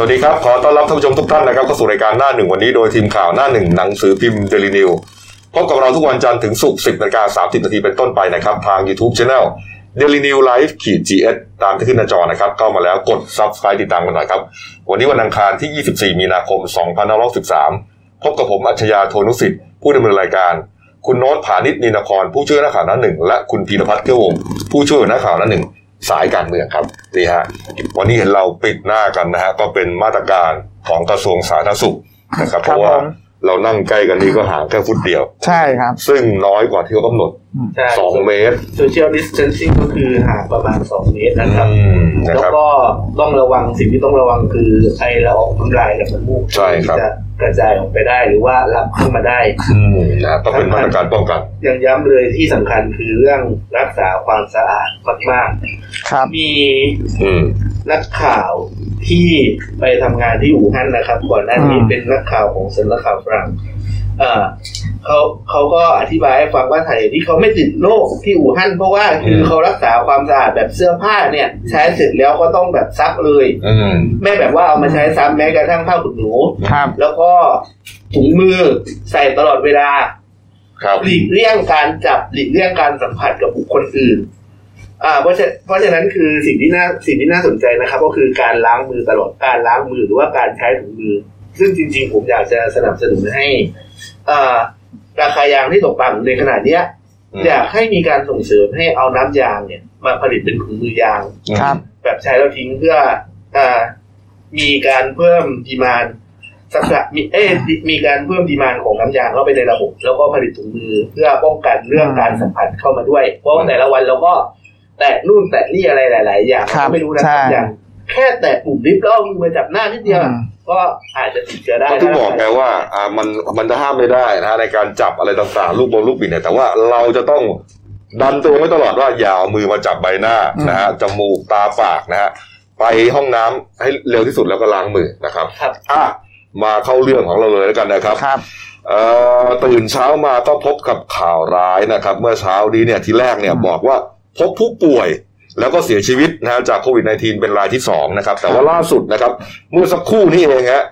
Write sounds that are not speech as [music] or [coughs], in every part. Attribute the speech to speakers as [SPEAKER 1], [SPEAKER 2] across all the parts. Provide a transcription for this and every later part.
[SPEAKER 1] วัสดีครับ ขอต้อนรับท่านผู้ชมทุกท่านนะครับเข้าสู่รายการหน้าหนึ่งวันนี้โดยทีมข่าวหน้าหนึ่งหนังสือพิมพ์เดลินิวพบกับเราทุกวันจันทร์ถึงศุกร์10นาฬิกา30นาทีเป็นต้นไปนะครับ ทาง YouTube Channel Daily New Life ขีด GS ตามที่ขึ้นหน้าจอนะครับ เข้ามาแล้วกด Subscribe ติดตามกันหน่อยครับ วันนี้วันอังคารที่ 24 มีนาคม2563พบกับผมอัจฉริยะโทนุสิทธิ์ผู้ดำเนินรายการ คุณโน้ตผานิชนินครผู้ช่วยหน้าข่าวหน้าหนึ่งและคุณพีรพัฒน์เกื้อวงศ์ผู้ช่วยหัวหน้าข่าวหน้าหนึ่งสายการเมืองครับนี่ฮะวันนี้เห็นเราปิดหน้ากันนะฮะก็เป็นมาตรการของกระทรวงสาธารณสุขนะครับ
[SPEAKER 2] ค
[SPEAKER 1] เพ
[SPEAKER 2] รับ
[SPEAKER 1] ราะว่า
[SPEAKER 2] ผม
[SPEAKER 1] เรานั่งใกล้กันนี้ก็ห่างแค่ฟุตเดียว
[SPEAKER 2] ใช่ครับ
[SPEAKER 1] ซึ่งน้อยกว่าที่เขากำหนด
[SPEAKER 3] ใช่
[SPEAKER 1] สองเมตร
[SPEAKER 3] โซเชียลดิสเทนซิ่งก็คือห่างประมาณ 2 เมตร
[SPEAKER 1] อื
[SPEAKER 3] นะครับ
[SPEAKER 1] มนะ
[SPEAKER 3] แล้ว
[SPEAKER 1] ครับ
[SPEAKER 3] ก็ต้องระวังสิ่งที่ต้องระวังคือไอละอองน้ำลายกับมันมูก
[SPEAKER 1] ใช่ครับ
[SPEAKER 3] ที่จะกระจายออกไปได้หรือว่ารับเข้ามาได้
[SPEAKER 1] อืมนะฮะก็เป็นมาตรการป้องกัน
[SPEAKER 3] ยังย้ำเลยที่สำคัญคือเรื่องรักษาความสะอาดมาก
[SPEAKER 2] ครับ
[SPEAKER 3] ๆมี
[SPEAKER 1] อืม
[SPEAKER 3] นักข่าวที่ไปทำงานที่อู่ฮั่นนะครับ ก่อนหน้านี้
[SPEAKER 2] อืม
[SPEAKER 3] เป็นนักข่าวของสำนักข่าวฝรั่งเอ่อเขาเขาก็อธิบายให้ฟังว่าสาเหตุที่เขาไม่ติดโรคที่อู่ฮั่นเพราะว่าคือ
[SPEAKER 1] ม
[SPEAKER 3] เขารักษาความสะอาดแบบเสื้อผ้าเนี่ย ใช้เสร็จแล้วก็ต้องแบบซักเลย
[SPEAKER 1] อืม
[SPEAKER 3] แม่แบบว่าเอามาใช้ซ้ำแม้กระทั่งผ้าขนหนู
[SPEAKER 2] ครับ
[SPEAKER 3] แล้วก็ถุงมือใส่ตลอดเวลา
[SPEAKER 1] ครับ
[SPEAKER 3] หลีกเลี่ยงการจับหลีกเลี่ยงการสัมผัสกับบุคคลอื่น อ่า เพราะฉะเพราะฉะนั้นคือสิ่งที่น่าสิ่งที่น่าสนใจนะครับ ก็คือการล้างมือตลอดการล้างมือหรือว่าการใช้ถุงมือ ซึ่งจริง ๆ ผมอยากจะสนับสนุนให้ อ่า ราคายางที่ตกต่ำในขนาดเนี้ย
[SPEAKER 1] อืม
[SPEAKER 3] อยากให้มีการส่งเสริมให้เอาน้ำยางเนี่ย มาผลิตเป็นถุงมือยาง
[SPEAKER 2] ครับ
[SPEAKER 3] แบบใช้แล้วทิ้งเพื่ออ่ามีการเพิ่มดีมานสักมีเอ๊มีการเพิ่มดีมานของน้ำยางเข้าไปในระบบ แล้วก็ผลิตถุงมือเพื่อป้องกันเรื่องการสัมผัสเข้ามาด้วย เพราะว่าแต่ละวันเราก็แตะนู่นแตะนี่อะไรหลาย ๆ อย่าง
[SPEAKER 2] ครับ
[SPEAKER 3] เราไม่รู้นะ
[SPEAKER 2] ใช่
[SPEAKER 3] อย่างแค่แตะปุ่มลิฟต์แล้วเอามือมาจับหน้านิดเดียว
[SPEAKER 2] อืม
[SPEAKER 3] ก็อาจจะติดเชื้อได้
[SPEAKER 1] ก็ถึงบอกไงว่าอ่ามันมันจะห้ามไม่ได้นะฮะในการจับอะไรต่างๆลูกบอลลูกบิดเนี่ยแต่ว่าเราจะต้องดันตัวไว้ตลอดว่าอย่าเอามือมาจับใบหน้า
[SPEAKER 2] อืม
[SPEAKER 1] นะฮะจมูกตาปากนะฮะไปห้องน้ำให้เร็วที่สุดแล้วก็ล้างมือนะครับ
[SPEAKER 3] ครับ
[SPEAKER 1] อ่ะมาเข้าเรื่องของเราเลยแล้วกันนะครับ
[SPEAKER 2] ครับ
[SPEAKER 1] เอ่อตื่นเช้ามาก็พบกับข่าวร้ายนะครับ เมื่อเช้านี้เนี่ยทีแรกเนี่ย
[SPEAKER 2] อืม
[SPEAKER 1] บอกว่าพบผู้ป่วย แล้วก็เสียชีวิตนะฮะจากโควิด -19 เป็นรายที่สองนะครับ แต่ว่าล่าสุดนะครับ เมื่อสักครู่นี่เองฮะ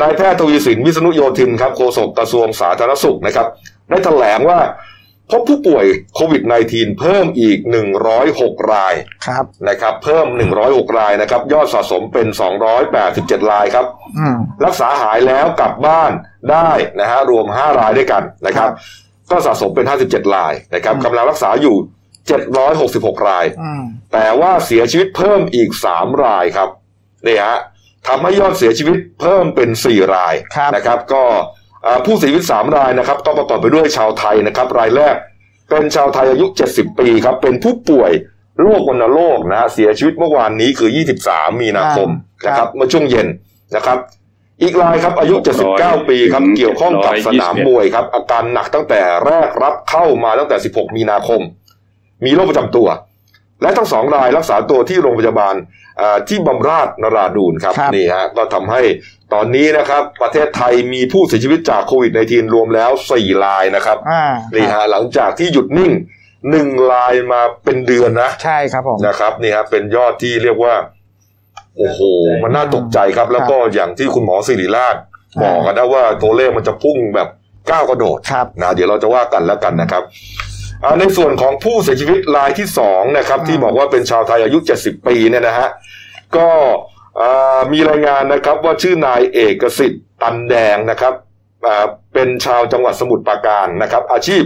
[SPEAKER 1] นายแพทย์ทวีสินวิษณุโยธินครับโฆษกกระทรวงสาธารณสุขนะครับ ได้แถลงว่าพบผู้ป่วยโควิด -19 เพิ่มอีก 106 ราย
[SPEAKER 2] ครับ
[SPEAKER 1] นะครับ เพิ่ม 106 รายนะครับ ยอดสะสมเป็น 287 รายครับ
[SPEAKER 2] อืม
[SPEAKER 1] รักษาหายแล้วกลับบ้านได้นะฮะรวม 5 รายด้วยกันนะครับ ก็สะสมเป็น 57 รายนะครับ
[SPEAKER 2] อืม
[SPEAKER 1] กำลังรักษาอยู่ 766 ราย
[SPEAKER 2] อืม
[SPEAKER 1] แต่ว่าเสียชีวิตเพิ่มอีก 3 รายครับนี่ฮะทำให้ยอดเสียชีวิตเพิ่มเป็น 4 ราย
[SPEAKER 2] ครับ
[SPEAKER 1] นะครับ ก็เอ่อผู้เสียชีวิต 3 รายนะครับก็ประกอบไปด้วยชาวไทยนะครับ รายแรกเป็นชาวไทยอายุ 70 ปีครับ เป็นผู้ป่วยโรควัณโรคนะฮะเสียชีวิตเมื่อวานนี้คือ 23 มีนาคม
[SPEAKER 2] ครับ
[SPEAKER 1] นะครับเมื่อช่วงเย็นนะครับ อีกรายครับอายุ 79 ปีครับ
[SPEAKER 4] ถึง
[SPEAKER 1] เกี่ยวข้องกับ
[SPEAKER 4] 721
[SPEAKER 1] สนามมวยครับ อาการหนักตั้งแต่แรกรับเข้ามาตั้งแต่ 16 มีนาคม มีโรคประจำตัว และทั้งสองรายรักษาตัวที่โรงพยาบาลอ่าที่บำราศนราดูนครับ
[SPEAKER 2] ครับ
[SPEAKER 1] นี่ฮะก็ทำให้ตอนนี้นะครับ ประเทศไทยมีผู้เสียชีวิตจากโควิด -19 รวมแล้ว 4 รายนะครับ
[SPEAKER 2] อ่า
[SPEAKER 1] นี่ฮะหลังจากที่หยุดนิ่งหนึ่งรายมาเป็นเดือนนะ
[SPEAKER 2] ใช่ครับผม
[SPEAKER 1] นะครับนี่ฮะเป็นยอดที่เรียกว่า โอ้โห มันน่าตกใจครับ แล้วก็อย่างที่คุณหมอสิริราชบอกกันนะว่าตัวเลขมันจะพุ่งแบบก้าวกระโดด
[SPEAKER 2] ครับ
[SPEAKER 1] นะเดี๋ยวเราจะว่ากันแล้วกันนะครับอ่าในส่วนของผู้เสียชีวิตรายที่สองนะครับ
[SPEAKER 2] อืม
[SPEAKER 1] ที่บอกว่าเป็นชาวไทยอายุ 70 ปีเนี่ยนะฮะก็อ่ามีรายงานนะครับว่าชื่อนายเอกสิทธิ์ตันแดงนะครับอ่าเป็นชาวจังหวัดสมุทรปราการนะครับ อาชีพ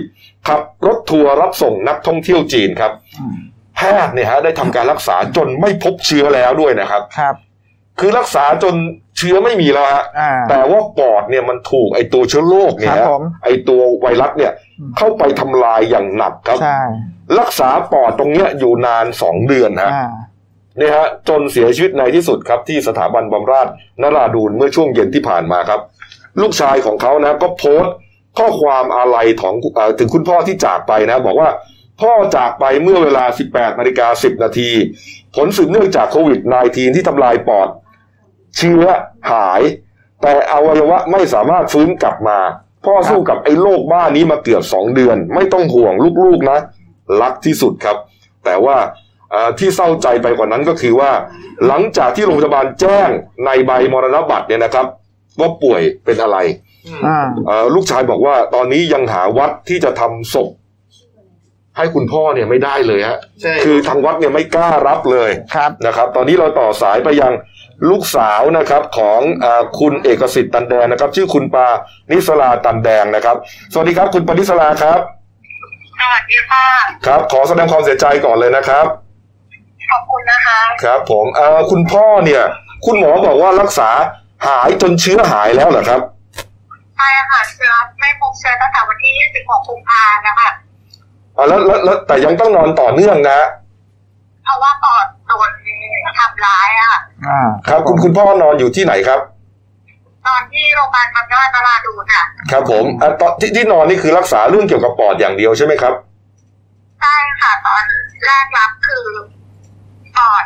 [SPEAKER 1] ขับรถทัวร์รับส่งนักท่องเที่ยวจีนครับ
[SPEAKER 2] อืม
[SPEAKER 1] แพทย์เนี่ยฮะได้ทำการรักษาจนไม่พบเชื้อแล้วด้วยนะครับ
[SPEAKER 2] ครับ
[SPEAKER 1] คือรักษาจนเชื้อไม่มีแล้วฮะ
[SPEAKER 2] อ่า
[SPEAKER 1] แต่ว่าปอดเนี่ยมันถูกไอตัวเชื้อโรคเนี่
[SPEAKER 2] ค
[SPEAKER 1] ย
[SPEAKER 2] รับ
[SPEAKER 1] ฮะ
[SPEAKER 2] ผม
[SPEAKER 1] ไอตัวไวรัสเนี่ย
[SPEAKER 2] อืม
[SPEAKER 1] เข้าไปทำลายอย่างหนักครับ
[SPEAKER 2] ใช่
[SPEAKER 1] รักษาปอดตรงเนี้ยอยู่นานสองเดือนฮะ
[SPEAKER 2] อ่า
[SPEAKER 1] เนี่ยฮะจนเสียชีวิตในที่สุดครับที่สถาบันบำราศนราดูนเมื่อช่วงเย็นที่ผ่านมาครับ ลูกชายของเขานะก็โพสต์ข้อความอาลัยของเอ่อถึงคุณพ่อที่จากไปนะ บอกว่าพ่อจากไปเมื่อเวลา 18นาฬิกา10 นาที ผลสืบเนื่องจากโควิด -19 ที่ทำลายปอด เชื้อหาย แต่อวัยวะไม่สามารถฟื้นกลับมา พ่อสู้กับไอ้โรคบ้านี้มาเกือบ 2 เดือน ไม่ต้องห่วงลูกๆนะ รักที่สุดครับ แต่ว่า เอ่อที่เศร้าใจไปกว่านั้นก็คือว่า หลังจากที่โรงพยาบาลแจ้งในใบมรณบัตรเนี่ยนะครับว่าป่วยเป็นอะไร
[SPEAKER 2] อ่า
[SPEAKER 1] เอ่อลูกชายบอกว่าตอนนี้ยังหาวัดที่จะทำศพให้คุณพ่อเนี่ยไม่ได้เลยฮะ
[SPEAKER 3] ใช่
[SPEAKER 1] คือทางวัดเนี่ยไม่กล้ารับเลย
[SPEAKER 2] ครับ
[SPEAKER 1] นะครับ ตอนนี้เราต่อสายไปยังลูกสาวนะครับของเออคุณเอกสิทธิ์ตันแดงนะครับ ชื่อคุณปานิสลาตันแดงนะครับ สวัสดีครับ คุณปานิสลาครับ
[SPEAKER 4] สวัสดีค่ะ
[SPEAKER 1] ครับ ขอแสดงความเสียใจก่อนเลยนะครับ
[SPEAKER 4] ขอบคุณนะคะ
[SPEAKER 1] ครับ ผมเอ่อคุณพ่อเนี่ย คุณหมอบอกว่ารักษาหายจนเชื้อหายแล้วเหรอครับ
[SPEAKER 4] ใช่ค่ะเชื้อไม่พบเชื้อตั้งแต่วันที่ 26กุมภาพันธ์นะคะ
[SPEAKER 1] อ่าแล้วแล้วแล้วแต่ยังต้องนอนต่อเนื่องนะฮะ
[SPEAKER 4] เพราะว่าปอดโดนทำร้ายอะค่ะ
[SPEAKER 2] อ่า
[SPEAKER 1] ครับคุณคุณพ่อนอนอยู่ที่ไหนครับ
[SPEAKER 4] ตอนที่โรงพยาบาลบำราศนราดูนค่ะ
[SPEAKER 1] ครับผมอ่ะตอนที่ที่นอนนี่คือรักษาเรื่องเกี่ยวกับปอดอย่างเดียวใช่ไหมครับ
[SPEAKER 4] ใช่ค่ะ ตอนแรกรับคือปอด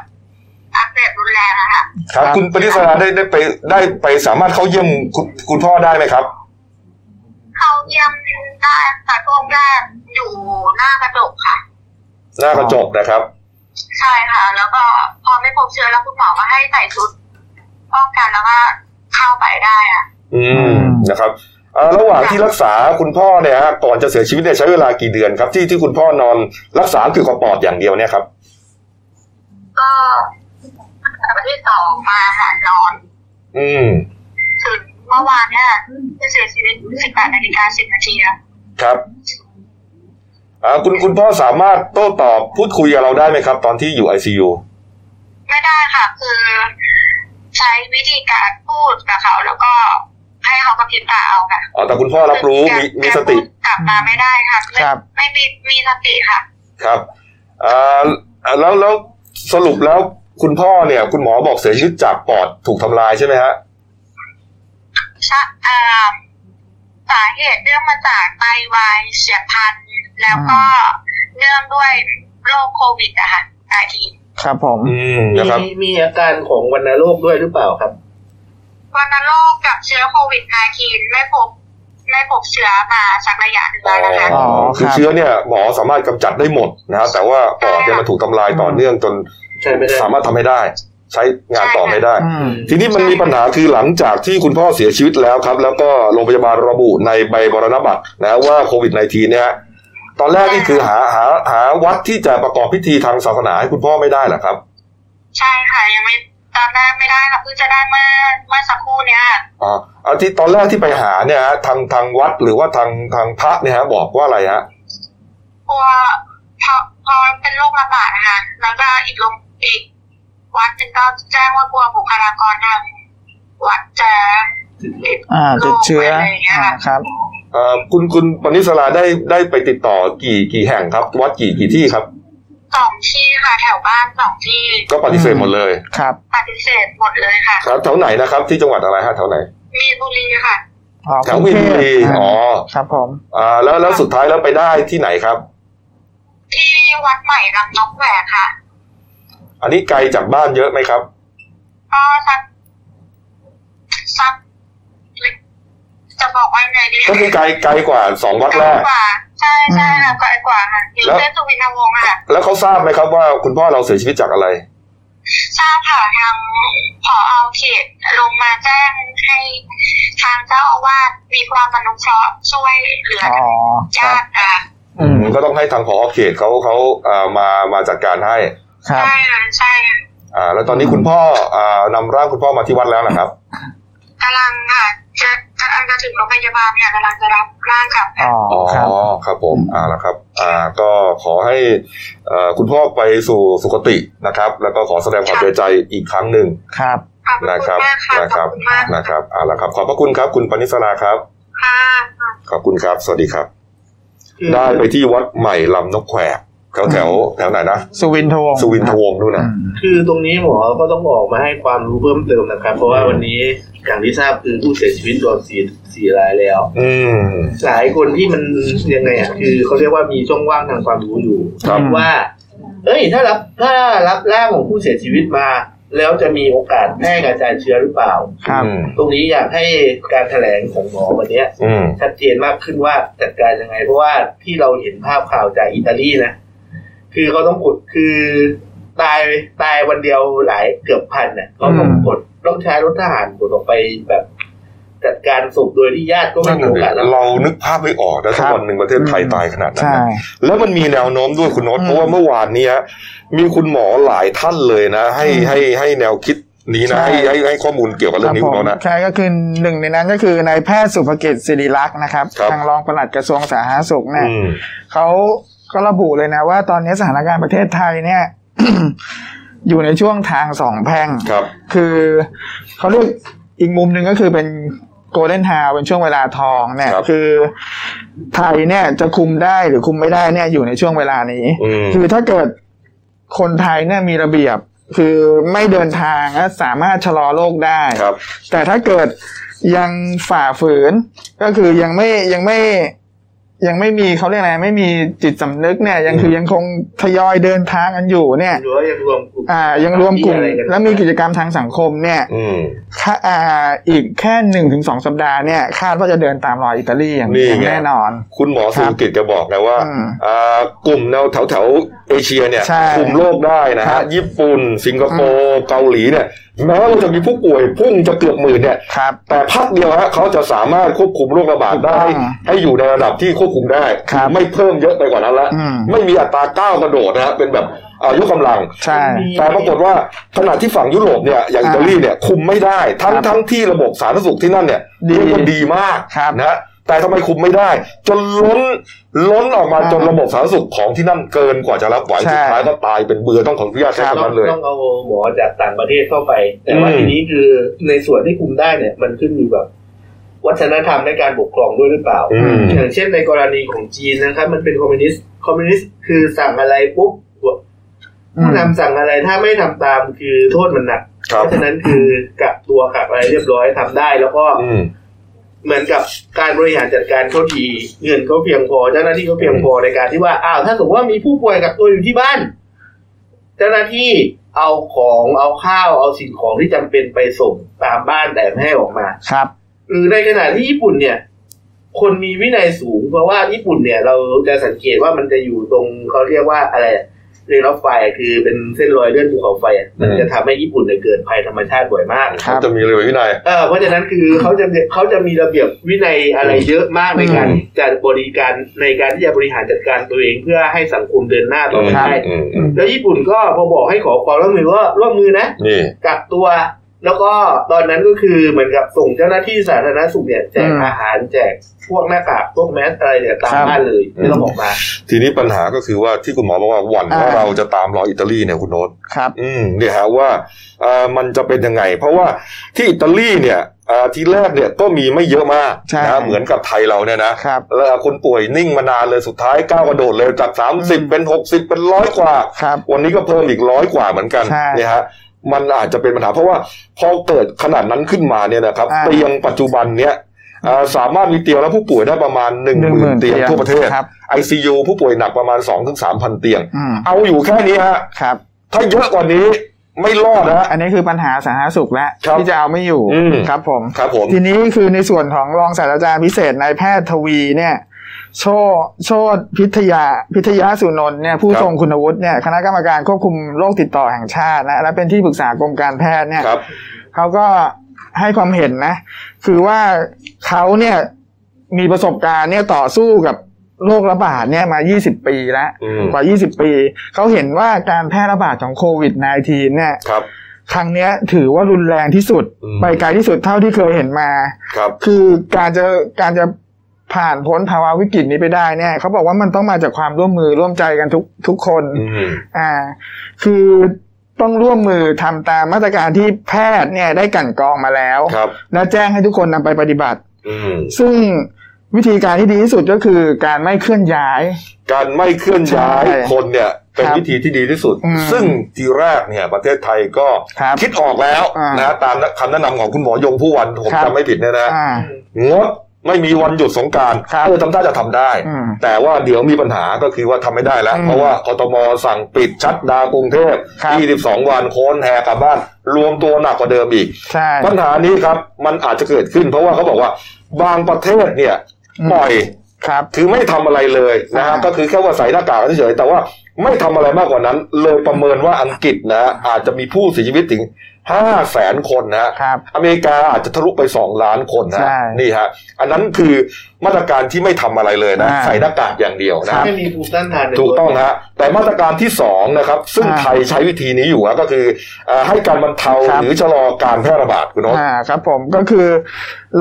[SPEAKER 4] อักเสบรุนแรงอะค่ะ
[SPEAKER 1] ครับ คุณปณิสราได้ได้ไปได้ไปสามารถเข้าเยี่ยมคุณคุณพ่อได้ไหมครับ
[SPEAKER 4] เขาเยี่ยมได้แต่ช่วงแรกอยู่หน้ากระจกค่ะ
[SPEAKER 1] หน้ากระจกนะครับ
[SPEAKER 4] ใช่ค่ะ แล้วก็พอไม่พบเชื้อแล้วคุณหมอก็ให้ใส่ชุดป้องกันแล้วก็เข้าไปได้อะ
[SPEAKER 1] อืมนะครับอ่าระหว่างที่รักษาคุณพ่อเนี่ยฮะก่อนจะเสียชีวิตเนี่ยใช้เวลากี่เดือนครับ ที่ที่คุณพ่อนอนรักษาเกี่ยวกับปอดอย่างเดียวเนี่ยครับ
[SPEAKER 4] ก็วันที่สองมาหานอน
[SPEAKER 1] อืม
[SPEAKER 4] ถึงเมื่อวานเนี่ยเสียชีวิต 18นาฬิกา10นาทีอะ
[SPEAKER 1] ครับอ่าคุณคุณพ่อสามารถโต้ตอบพูดคุยกับเราได้ไหมครับ ตอนที่อยู่ไอซียู
[SPEAKER 4] ไม่ได้ค่ะ คือใช้วิธีการพูดกับเขา แล้วก็ให้เขากระพริบตาเอาค่ะ
[SPEAKER 1] อ๋อแต่คุณพ่อรับรู้มีมีสติ
[SPEAKER 4] แกพูดกลับมาไม่ได้ค่ะไม่
[SPEAKER 2] ครับ
[SPEAKER 4] ไม่มีมีสติค่ะ
[SPEAKER 1] ครับอ่าแล้วแล้วสรุปแล้วคุณพ่อเนี่ย คุณหมอบอกเสียชีวิตจากปอดถูกทำลายใช่ไหมฮะ
[SPEAKER 4] ชะเอ่อสาเหตุเนื่องมาจากไตวายเฉียบพลัน แล้วก็เนื่องด้วยโรคโควิดอะค่ะอาที
[SPEAKER 2] ครับผม
[SPEAKER 1] อืมนะครับ
[SPEAKER 3] มีมีอาการของวัณโรคด้วยหรือเปล่าครับ
[SPEAKER 4] วัณโรคกับเชื้อโควิด -19 ได้พบได้พบเชื้อมาสักระยะหนึ่งแล้วนะคะ
[SPEAKER 1] อ๋อ
[SPEAKER 2] ครับ
[SPEAKER 1] คือเชื้อเนี่ยหมอสามารถกำจัดได้หมดนะฮะแต่ว่าปอดเนี่ยมันถูกทำลายต่อเนื่องจน
[SPEAKER 3] ใช่ไม่ได้
[SPEAKER 1] สามารถทำไม่ได้ ใช้งานต่อไม่ได้
[SPEAKER 2] อืม
[SPEAKER 1] ทีนี้มันมีปัญหาคือหลังจากที่คุณพ่อเสียชีวิตแล้วครับ แล้วก็โรงพยาบาลระบุในใบมรณบัตรนะว่าโควิด -19 เนี่ยฮะตอนแรกนี่คือหาหาหาวัดที่จะประกอบพิธีทางศาสนาให้คุณพ่อไม่ได้เหรอครับ
[SPEAKER 4] ใช่ค่ะ ยังไม่ตอนแรกไม่ได้ค่ะเพิ่งจะได้เมื่อเมื่อสักครู่เนี้ย
[SPEAKER 1] อ่าเอาที่ตอนแรกที่ไปหาเนี่ยฮะทางทางวัดหรือว่าทางทางพระเนี่ยฮะบอกว่าอะไรฮะ
[SPEAKER 4] กลัวพอพอเป็นโรคระบาดนะคะแล้วก็อีกลงอีกวัดหนึ่งก็แจ้งว่ากลัวบุคลากรทางวัดจะติด
[SPEAKER 2] อ่าติดเชื้อ
[SPEAKER 4] โรคะไรย่างงี้ย
[SPEAKER 2] อ่าค
[SPEAKER 4] ค่ะ
[SPEAKER 2] รับ
[SPEAKER 1] เอ่อคุณคุณปณิสราได้ได้ไปติดต่อกี่กี่แห่งครับ วัดกี่กี่ที่ครับ
[SPEAKER 4] สองที่ค่ะแถวบ้านสองที่
[SPEAKER 1] ก็ปฏิเสธหมดเลย
[SPEAKER 2] ครับ
[SPEAKER 4] ปฏิเสธหมดเลยค่ะ
[SPEAKER 1] ครับแถวไหนนะครับ ที่จังหวัดอะไรฮะแถวไหน
[SPEAKER 4] มีนบุรีค่ะ
[SPEAKER 2] อ๋อ
[SPEAKER 1] แถวมินบุรี
[SPEAKER 2] กงเทพ
[SPEAKER 1] อ๋อ
[SPEAKER 2] ครับผม
[SPEAKER 1] อ่าแล้วแล้วสุดท้ายแล้วไปได้ที่ไหนครับ
[SPEAKER 4] ที่วัดใหม่ลำนกแหวกค่ะ
[SPEAKER 1] อันนี้ไกลจากบ้านเยอะไหมครับ
[SPEAKER 4] ก็สักสักจะบอกว่าไงดี
[SPEAKER 1] ก็คือไกลไกลกว่าสองวัดแรก
[SPEAKER 4] กว่า ใช่ใช่ค่ะไกลกว่าค่ะอยู่
[SPEAKER 1] แล้ว
[SPEAKER 4] เส้นสุวินทวงศ์ค่ะ
[SPEAKER 1] แล้วเขาทราบไหมครับว่าคุณพ่อเราเสียชีวิตจากอะไร
[SPEAKER 4] ทราบค่ะทางผอเอาเขตลงมาแจ้งให้ทางเจ้าอาวาสมีความอนุเคราะห์ช่วยเหลือ
[SPEAKER 2] อ๋อ ค
[SPEAKER 4] ญา
[SPEAKER 2] รับ
[SPEAKER 4] ติค่ะ
[SPEAKER 2] อืม
[SPEAKER 1] ก็ต้องให้ทางผอเขตเขาเขาเอ่อมามาจัดการให้
[SPEAKER 2] ครับ
[SPEAKER 4] ใช่ค่ะใช่ค่ะ
[SPEAKER 1] อ่าแล้วตอนนี้คุณพ่ออ่านำร่างคุณพ่อมาที่วัดแล้วนะครับ
[SPEAKER 4] กำลังค่ะจะกำลังจะถึงโรงพยาบาลค่ะกำลังจะรับร่างกลับ
[SPEAKER 2] อ๋อ
[SPEAKER 1] อ๋อ
[SPEAKER 2] ครับ
[SPEAKER 1] ครับผมอ่าแล้วครับ อ่าก็ขอให้เอ่อคุณพ่อไปสู่สุคตินะครับ แล้วก็ขอแสดงความเสียใจอีกครั้งหนึ่ง
[SPEAKER 2] ครับ
[SPEAKER 4] ขอบคุณ
[SPEAKER 1] นะครับ
[SPEAKER 4] มากค่ะ
[SPEAKER 1] นะค
[SPEAKER 4] ขอ
[SPEAKER 1] รั
[SPEAKER 4] บบ คุณมาก
[SPEAKER 1] นะครับอ่าแล้วครับขอบพระคุณครับคุณปณิสราครับ
[SPEAKER 4] ค่ะ
[SPEAKER 1] ขอบคุณครับ สวัสดีครับ
[SPEAKER 3] คือ
[SPEAKER 1] ได้ไปที่วัดใหม่ลำนกแขวกแถวแถวแถวไหนนะ
[SPEAKER 2] สุวินทวงศ์
[SPEAKER 1] สุวินทวงศ์นู่น
[SPEAKER 2] อื
[SPEAKER 1] นะ
[SPEAKER 2] ม
[SPEAKER 3] คือตรงนี้หมอก็ต้องออกมาให้ความรู้เพิ่มเติมนะครับ เพราะว่าวันนี้อย่างที่ทราบคือผู้เสียชีวิตโดนสี่สี่รายแล้ว
[SPEAKER 1] อืม
[SPEAKER 3] หลายคนที่มันยังไงอ่ะคือเขาเรียกว่ามีช่องว่างทางความรู้อยู่
[SPEAKER 1] ครับ
[SPEAKER 3] ว่า เอ้ย ถ้ารับถ้ารับร่างของผู้เสียชีวิตมา แล้วจะมีโอกาสแพร่กระจายเชื้อหรือเปล่า
[SPEAKER 2] ครับ
[SPEAKER 1] อืม
[SPEAKER 3] ตรงนี้อยากให้การแถลงของหมอวันเนี้ย
[SPEAKER 1] อืม
[SPEAKER 3] ชัดเจนมากขึ้นว่าจัดการยังไง เพราะว่าที่เราเห็นภาพข่าวจากอิตาลีนะ คือเขาต้องกดคือ ตายตายวันเดียวหลายเกือบพันเนี่ยเขาต้อง
[SPEAKER 2] อืม
[SPEAKER 3] กดต้องใช้รถทหารกดออกไปแบบ จัดการศพโดยที่ญาติก็ไม่
[SPEAKER 1] นั่น
[SPEAKER 3] มี
[SPEAKER 1] น่ะดิ
[SPEAKER 3] โอกาสรับ
[SPEAKER 1] เรานึกภาพไม่ออกนะ
[SPEAKER 2] ครั
[SPEAKER 1] ถ้า
[SPEAKER 2] บ
[SPEAKER 1] วันหนึ่งประเทศไทยตายขนาดนั้น
[SPEAKER 2] ใช่
[SPEAKER 1] นะแล้วมันมีแนวโน้มด้วยคุณโนต
[SPEAKER 2] อืม
[SPEAKER 1] เพราะว่าเมื่อวานเนี้ยมีคุณหมอหลายท่านเลยนะ ให้
[SPEAKER 2] อืม
[SPEAKER 1] ให้ให้แนวคิดนี้นะ
[SPEAKER 2] ใช่
[SPEAKER 1] ให้ให้ให้ข้อมูลเกี่ยวกับ
[SPEAKER 2] ค
[SPEAKER 1] เรื่อบ
[SPEAKER 2] รั
[SPEAKER 1] งนี้
[SPEAKER 2] ผ
[SPEAKER 1] คุณ
[SPEAKER 2] ม
[SPEAKER 1] โนตนะ
[SPEAKER 2] ใช่ก็คือหนึ่งในนั้นก็คือนายแพทย์สุภกิจศิริลักษณ์นะครับ
[SPEAKER 1] ครับ
[SPEAKER 2] ทางรองปลัดกระทรวงสาธารณสุขเนี่ย
[SPEAKER 1] อืม
[SPEAKER 2] เขาก็ระบุเลยนะว่าตอนนี้สถานการณ์ประเทศไทยเนี่ย [coughs] อยู่ในช่วงทางสองแพร่ง
[SPEAKER 1] ครับ
[SPEAKER 2] คือเขาเรียกอีกมุมหนึ่งก็คือเป็นโกลเด้น i m วเป็นช่วงเวลาทองเนี่ย
[SPEAKER 1] ครับ
[SPEAKER 2] คือไทยเนี่ยจะคุมได้หรือคุมไม่ได้เนี่ยอยู่ในช่วงเวลานี้
[SPEAKER 1] อืม
[SPEAKER 2] คือถ้าเกิดคนไทยเนี่ยมีระเบียบ คือไม่เดินทางและสามารถชะลอโรคได้
[SPEAKER 1] ครับ
[SPEAKER 2] แต่ถ้าเกิดยังฝ่าฝืนก็คือยังไม่ยังไม่ยังไม่มีเขาเรียกอะไรไม่มีจิตสำนึกเนี่ยยัง
[SPEAKER 1] อืม
[SPEAKER 2] คือยังคงทยอยเดินทางกันอยู่เนี่ย
[SPEAKER 3] หรือว่ายังรวมกลุ่ม
[SPEAKER 2] อ่ายังรวมกลุ่ม
[SPEAKER 3] อะไรน
[SPEAKER 2] และมีกิจกรรมทางสังคมเนี่ย
[SPEAKER 1] อืม
[SPEAKER 2] ค่าอ่าอีกแค่หนึ่งถึงสองสัปดาห์เนี่ยคาดว่าจะเดินตามรอยอิตาลีอย่าง
[SPEAKER 1] นี่
[SPEAKER 2] อย่าง
[SPEAKER 1] ไง
[SPEAKER 2] แน่นอน
[SPEAKER 1] คุณหมอสุภกิจก็บอกนะว่า
[SPEAKER 2] อืม
[SPEAKER 1] อ่ากลุ่มแนวแถวแถวๆเอเชียเนี่ย
[SPEAKER 2] ใช่
[SPEAKER 1] คุมโลกได้นะ
[SPEAKER 2] ครั
[SPEAKER 1] ฮะ
[SPEAKER 2] บ
[SPEAKER 1] ญี่ปุ่น สิงคโปร์เกาหลีเนี่ยแม้ว่าเราจะมีผู้ป่วยพุ่งจะเกือบหมื่นเนี่ย
[SPEAKER 2] ครับ
[SPEAKER 1] แต่พักเดียวฮะเขาจะสามารถควบคุมโรคระบาดได้
[SPEAKER 2] อืม
[SPEAKER 1] ให้อยู่ในระดับที่ควบคุมได้
[SPEAKER 2] ครับ
[SPEAKER 1] ไม่เพิ่มเยอะไปกว่านั้นละ
[SPEAKER 2] อืม
[SPEAKER 1] ไม่มีอัตราก้าวกระโดดนะฮะเป็นแบบอายุกำลัง
[SPEAKER 2] ใช่
[SPEAKER 1] แต่ปรากฏว่าขณะที่ฝั่งยุโรปเนี่ยอย่างอิตาลีเนี่ยคุมไม่ได้ ทั้ง
[SPEAKER 2] ครับ
[SPEAKER 1] ทั้งที่ระบบสาธารณสุขที่นั่นเนี่ย
[SPEAKER 2] ดี
[SPEAKER 1] เรียกว่าดีมาก
[SPEAKER 2] ครับ
[SPEAKER 1] นะฮะแต่ทำไมคุมไม่ได้ จนล้นล้นออกมา
[SPEAKER 2] อ่า
[SPEAKER 1] จนระบบสาธารณสุขของที่นั่นเกินกว่าจะรับไหว
[SPEAKER 2] ใช่
[SPEAKER 1] สุดท้ายก็ตายเป็นเบื่อต้องขออนุญาตใช้
[SPEAKER 3] ะ
[SPEAKER 1] คำ
[SPEAKER 3] ต้อง
[SPEAKER 1] นั้นเลย
[SPEAKER 3] ต้องเอาหมอจากต่างประเทศเข้าไป แต่ว่า
[SPEAKER 1] อืม
[SPEAKER 3] ทีนี้คือในส่วนที่คุมได้เนี่ย มันขึ้นอยู่กับวัฒนธรรมในการปกครองด้วยหรือเปล่า
[SPEAKER 1] อืม
[SPEAKER 3] อย่างเช่นในกรณีของจีนนะครับ มันเป็นคอมมิวนิสต์คอมมิวนิสต์คือสั่งอะไรปุ๊บผู้นำสั่งอะไรถ้าไม่ทำตามคือโทษมันหนัก
[SPEAKER 1] ครั
[SPEAKER 3] เพ
[SPEAKER 1] บ
[SPEAKER 3] ราะฉะนั้นคือกักตัวกักอะไรเรียบร้อยทำได้ แล้วก็
[SPEAKER 1] อืม
[SPEAKER 3] เหมือนกับการบริหารจัดการเขาดีเงินเขาเพียงพอเจ้าหน้าที่เขาเพียงพอในการที่ว่าอ้าวถ้าสมมติว่ามีผู้ป่วยกักตัวอยู่ที่บ้าน เจ้าหน้าที่เอาของเอาข้าวเอาสิ่งของที่จำเป็นไปส่งตามบ้านแต่ไม่ให้ออกมา
[SPEAKER 2] ครับ
[SPEAKER 3] หรือในขณะที่ญี่ปุ่นเนี่ย คนมีวินัยสูง เพราะว่าญี่ปุ่นเนี่ย เราจะสังเกตว่ามันจะอยู่ตรงเขาเรียกว่าอะไรเรลรถไฟคือเป็นเส้นรอยเลื่อนภูเขาไฟอะมัน
[SPEAKER 1] อืม
[SPEAKER 3] จะทำให้ญี่ปุ่นเนี่ยเกิดภัยธรรมชาติบ่อยมาก
[SPEAKER 2] ครับ
[SPEAKER 1] จะมีเรื่องวินัย
[SPEAKER 3] เออเพราะฉะนั้นคือเขาจะเขาจะมีระเบียบวินัยอะไรเยอะมากในการ
[SPEAKER 1] อืม
[SPEAKER 3] จัดบริการในการที่จะบริหารจัดการตัวเองเพื่อให้สังคมเดินหน้าต่อไป
[SPEAKER 2] ครับ
[SPEAKER 3] ได้
[SPEAKER 1] อืมอืม
[SPEAKER 3] แล้วญี่ปุ่นก็พอบอกให้ขอความร่วมมือว่าร่วมมือนะ
[SPEAKER 1] นี่
[SPEAKER 3] กักตัวแล้วก็ตอนนั้นก็คือเหมือนกับส่งเจ้าหน้าที่สาธารณสุขเนี่ยแจก
[SPEAKER 2] อืม
[SPEAKER 3] อาหารแจกพวกหน้ากากพวกแมสอะไรเนี่ยตาม
[SPEAKER 2] ครับ
[SPEAKER 3] บ้านเลยไม่ต้อง
[SPEAKER 1] อืม
[SPEAKER 3] ออกมา
[SPEAKER 1] ทีนี้ปัญหาก็คือว่าที่คุณหมอบอกว่าหวั่นว่า
[SPEAKER 2] อ่า
[SPEAKER 1] เราจะตามรอยอิตาลีเนี่ยคุณโน้ต
[SPEAKER 2] ครับ
[SPEAKER 1] อืมเนี่ยฮะว่าเอ่อมันจะเป็นยังไง เพราะว่าที่อิตาลีเนี่ยเอ่อทีแรกเนี่ยก็มีไม่เยอะมาก
[SPEAKER 2] ใช่
[SPEAKER 1] นะเหมือนกับไทยเราเนี่ยนะครับ แล้วคนป่วยนิ่งมานานเลยสุดท้ายก้าวกระโดดเลยจาก 30 เป็น 60 เป็นร้อยกว่า
[SPEAKER 2] ครับ
[SPEAKER 1] วันนี้ก็เพิ่มอีกร้อยกว่าเหมือนกัน
[SPEAKER 2] ใช่
[SPEAKER 1] เนี่ยฮะมันอาจจะเป็นปัญหาเพราะว่าพอเกิดขนาดนั้นขึ้นมาเนี่ยนะครับ
[SPEAKER 2] อ่า
[SPEAKER 1] เตียงปัจจุบันเนี่ยเอ่อสามารถมีเตียงและผู้ป่วยได้ประมาณหนึ่งหมื่นเตียงทั่วประเทศ
[SPEAKER 2] ครับ
[SPEAKER 1] ICU ผู้ป่วยหนักประมาณ 2-3ถึงพันเตียง
[SPEAKER 2] อืม
[SPEAKER 1] เอาอยู่แค่นี้ฮะ
[SPEAKER 2] ครับ
[SPEAKER 1] ถ้าเยอะกว่านี้ไม่รอดนะ
[SPEAKER 2] อันนี้คือปัญหาสาธารณสุขแล้ว
[SPEAKER 1] ครับ
[SPEAKER 2] ที่จะเอาไม่อยู่
[SPEAKER 1] อืม
[SPEAKER 2] ครับผม
[SPEAKER 1] ครับผม
[SPEAKER 2] ทีนี้คือในส่วนของรองศาสตราจารย์พิเศษนายแพทย์ทวีเนี่ย โชโชตพิทยาพิทยาสุนนท์เนี่ยผู้
[SPEAKER 1] ครับ
[SPEAKER 2] ทรงคุณวุฒิเนี่ยคณะกรรมการควบคุมโรคติดต่อแห่งชาตินะและเป็นที่ปรึกษากรมการแพทย์เนี่ย
[SPEAKER 1] ครับ
[SPEAKER 2] เขาก็ให้ความเห็นนะ คือว่าเขาเนี่ยมีประสบการณ์เนี่ยต่อสู้กับโรคระบาดเนี่ยมา 20 ปีแล้ว
[SPEAKER 1] อืม
[SPEAKER 2] กว่า 20 ปี เขาเห็นว่าการแพร่ระบาดของโควิด -19 เนี่ย
[SPEAKER 1] ครับ
[SPEAKER 2] ครั้งเนี้ยถือว่ารุนแรงที่สุด
[SPEAKER 1] อืม
[SPEAKER 2] ไปไกลที่สุดเท่าที่เคยเห็นมา
[SPEAKER 1] ครับ
[SPEAKER 2] คือการจะการจะผ่านพ้นภาวะวิกฤตนี้ไปได้เนี่ยเขาบอกว่ามันต้องมาจากความร่วมมือร่วมใจกันทุกทุกคน
[SPEAKER 1] อืม
[SPEAKER 2] อ่า คือต้องร่วมมือทำตามมาตรการที่แพทย์เนี่ยได้กลั่นกรองมาแล้ว
[SPEAKER 1] ครับ
[SPEAKER 2] และแจ้งให้ทุกคนนำไปปฏิบัติ
[SPEAKER 1] อืม
[SPEAKER 2] ซึ่งวิธีการที่ดีที่สุดก็คือการไม่เคลื่อนย้าย
[SPEAKER 1] การไม่เคลื่อนย้าย
[SPEAKER 2] ใช่
[SPEAKER 1] คนเนี่ยเป็น
[SPEAKER 2] ครับ
[SPEAKER 1] วิธีที่ดีที่สุด
[SPEAKER 2] อืม
[SPEAKER 1] ซึ่งทีแรกเนี่ยประเทศไทยก็
[SPEAKER 2] ครับ
[SPEAKER 1] คิดออกแล้ว
[SPEAKER 2] อ่าน
[SPEAKER 1] นะตามคำแนะนำของคุณหมอยงผู้วันผม
[SPEAKER 2] ครับ
[SPEAKER 1] จำไม่ผิดเนี่ยนะ
[SPEAKER 2] อ่า
[SPEAKER 1] งดไม่มีวันหยุดสงกราร
[SPEAKER 2] ครับ
[SPEAKER 1] เออทำได้จะทำได้
[SPEAKER 2] อืม
[SPEAKER 1] แต่ว่าเดี๋ยวมีปัญหาก็คือว่าทำไม่ได้แล้ว
[SPEAKER 2] อืม
[SPEAKER 1] เพราะว่ากทมสั่งปิดชัดดาวน์กรุงเทพ
[SPEAKER 2] ครับ
[SPEAKER 1] 22 วันโคนแห่กลับบ้าน รวมตัวหนักกว่าเดิมอีก
[SPEAKER 2] ใช่
[SPEAKER 1] ปัญหานี้ครับมันอาจจะเกิดขึ้น เพราะว่าเขาบอกว่าบางประเทศเนี่ย
[SPEAKER 2] อืม
[SPEAKER 1] ปล่อย
[SPEAKER 2] ครับ
[SPEAKER 1] คือไม่ทำอะไรเลยนะฮะ
[SPEAKER 2] อ่า
[SPEAKER 1] ก็คือแค่ว่าใส่หน้ากากเฉยๆแต่ว่า ไม่ทำอะไรมากกว่านั้น เลยประเมินว่าอังกฤษนะฮะอาจจะมีผู้เสียชีวิตถึงห้าแสนคนนะฮะ
[SPEAKER 2] ครับ
[SPEAKER 1] อเมริกาอาจจะทะลุไป 2 ล้านคนนะ
[SPEAKER 2] ใช่
[SPEAKER 1] นี่ฮะ อันนั้นคือมาตรการที่ไม่ทำอะไรเลยนะ
[SPEAKER 2] อ่า
[SPEAKER 1] ใส่หน้ากากอย่างเดียวนะ
[SPEAKER 2] ครั
[SPEAKER 1] ฮะ
[SPEAKER 2] บ
[SPEAKER 3] ไม่มีภูมิต้านทานในว
[SPEAKER 1] ถูกต้องฮะแต่มาตรการที่2นะครับ ซึ่ง
[SPEAKER 2] อ่า
[SPEAKER 1] ไทยใช้วิธีนี้อยู่นะก็คือเอ่อให้การบรรเทา
[SPEAKER 2] ครับ
[SPEAKER 1] หรือชะลอการแพร่ระบาดคุณโนต
[SPEAKER 2] อ่าครับผมก็คือ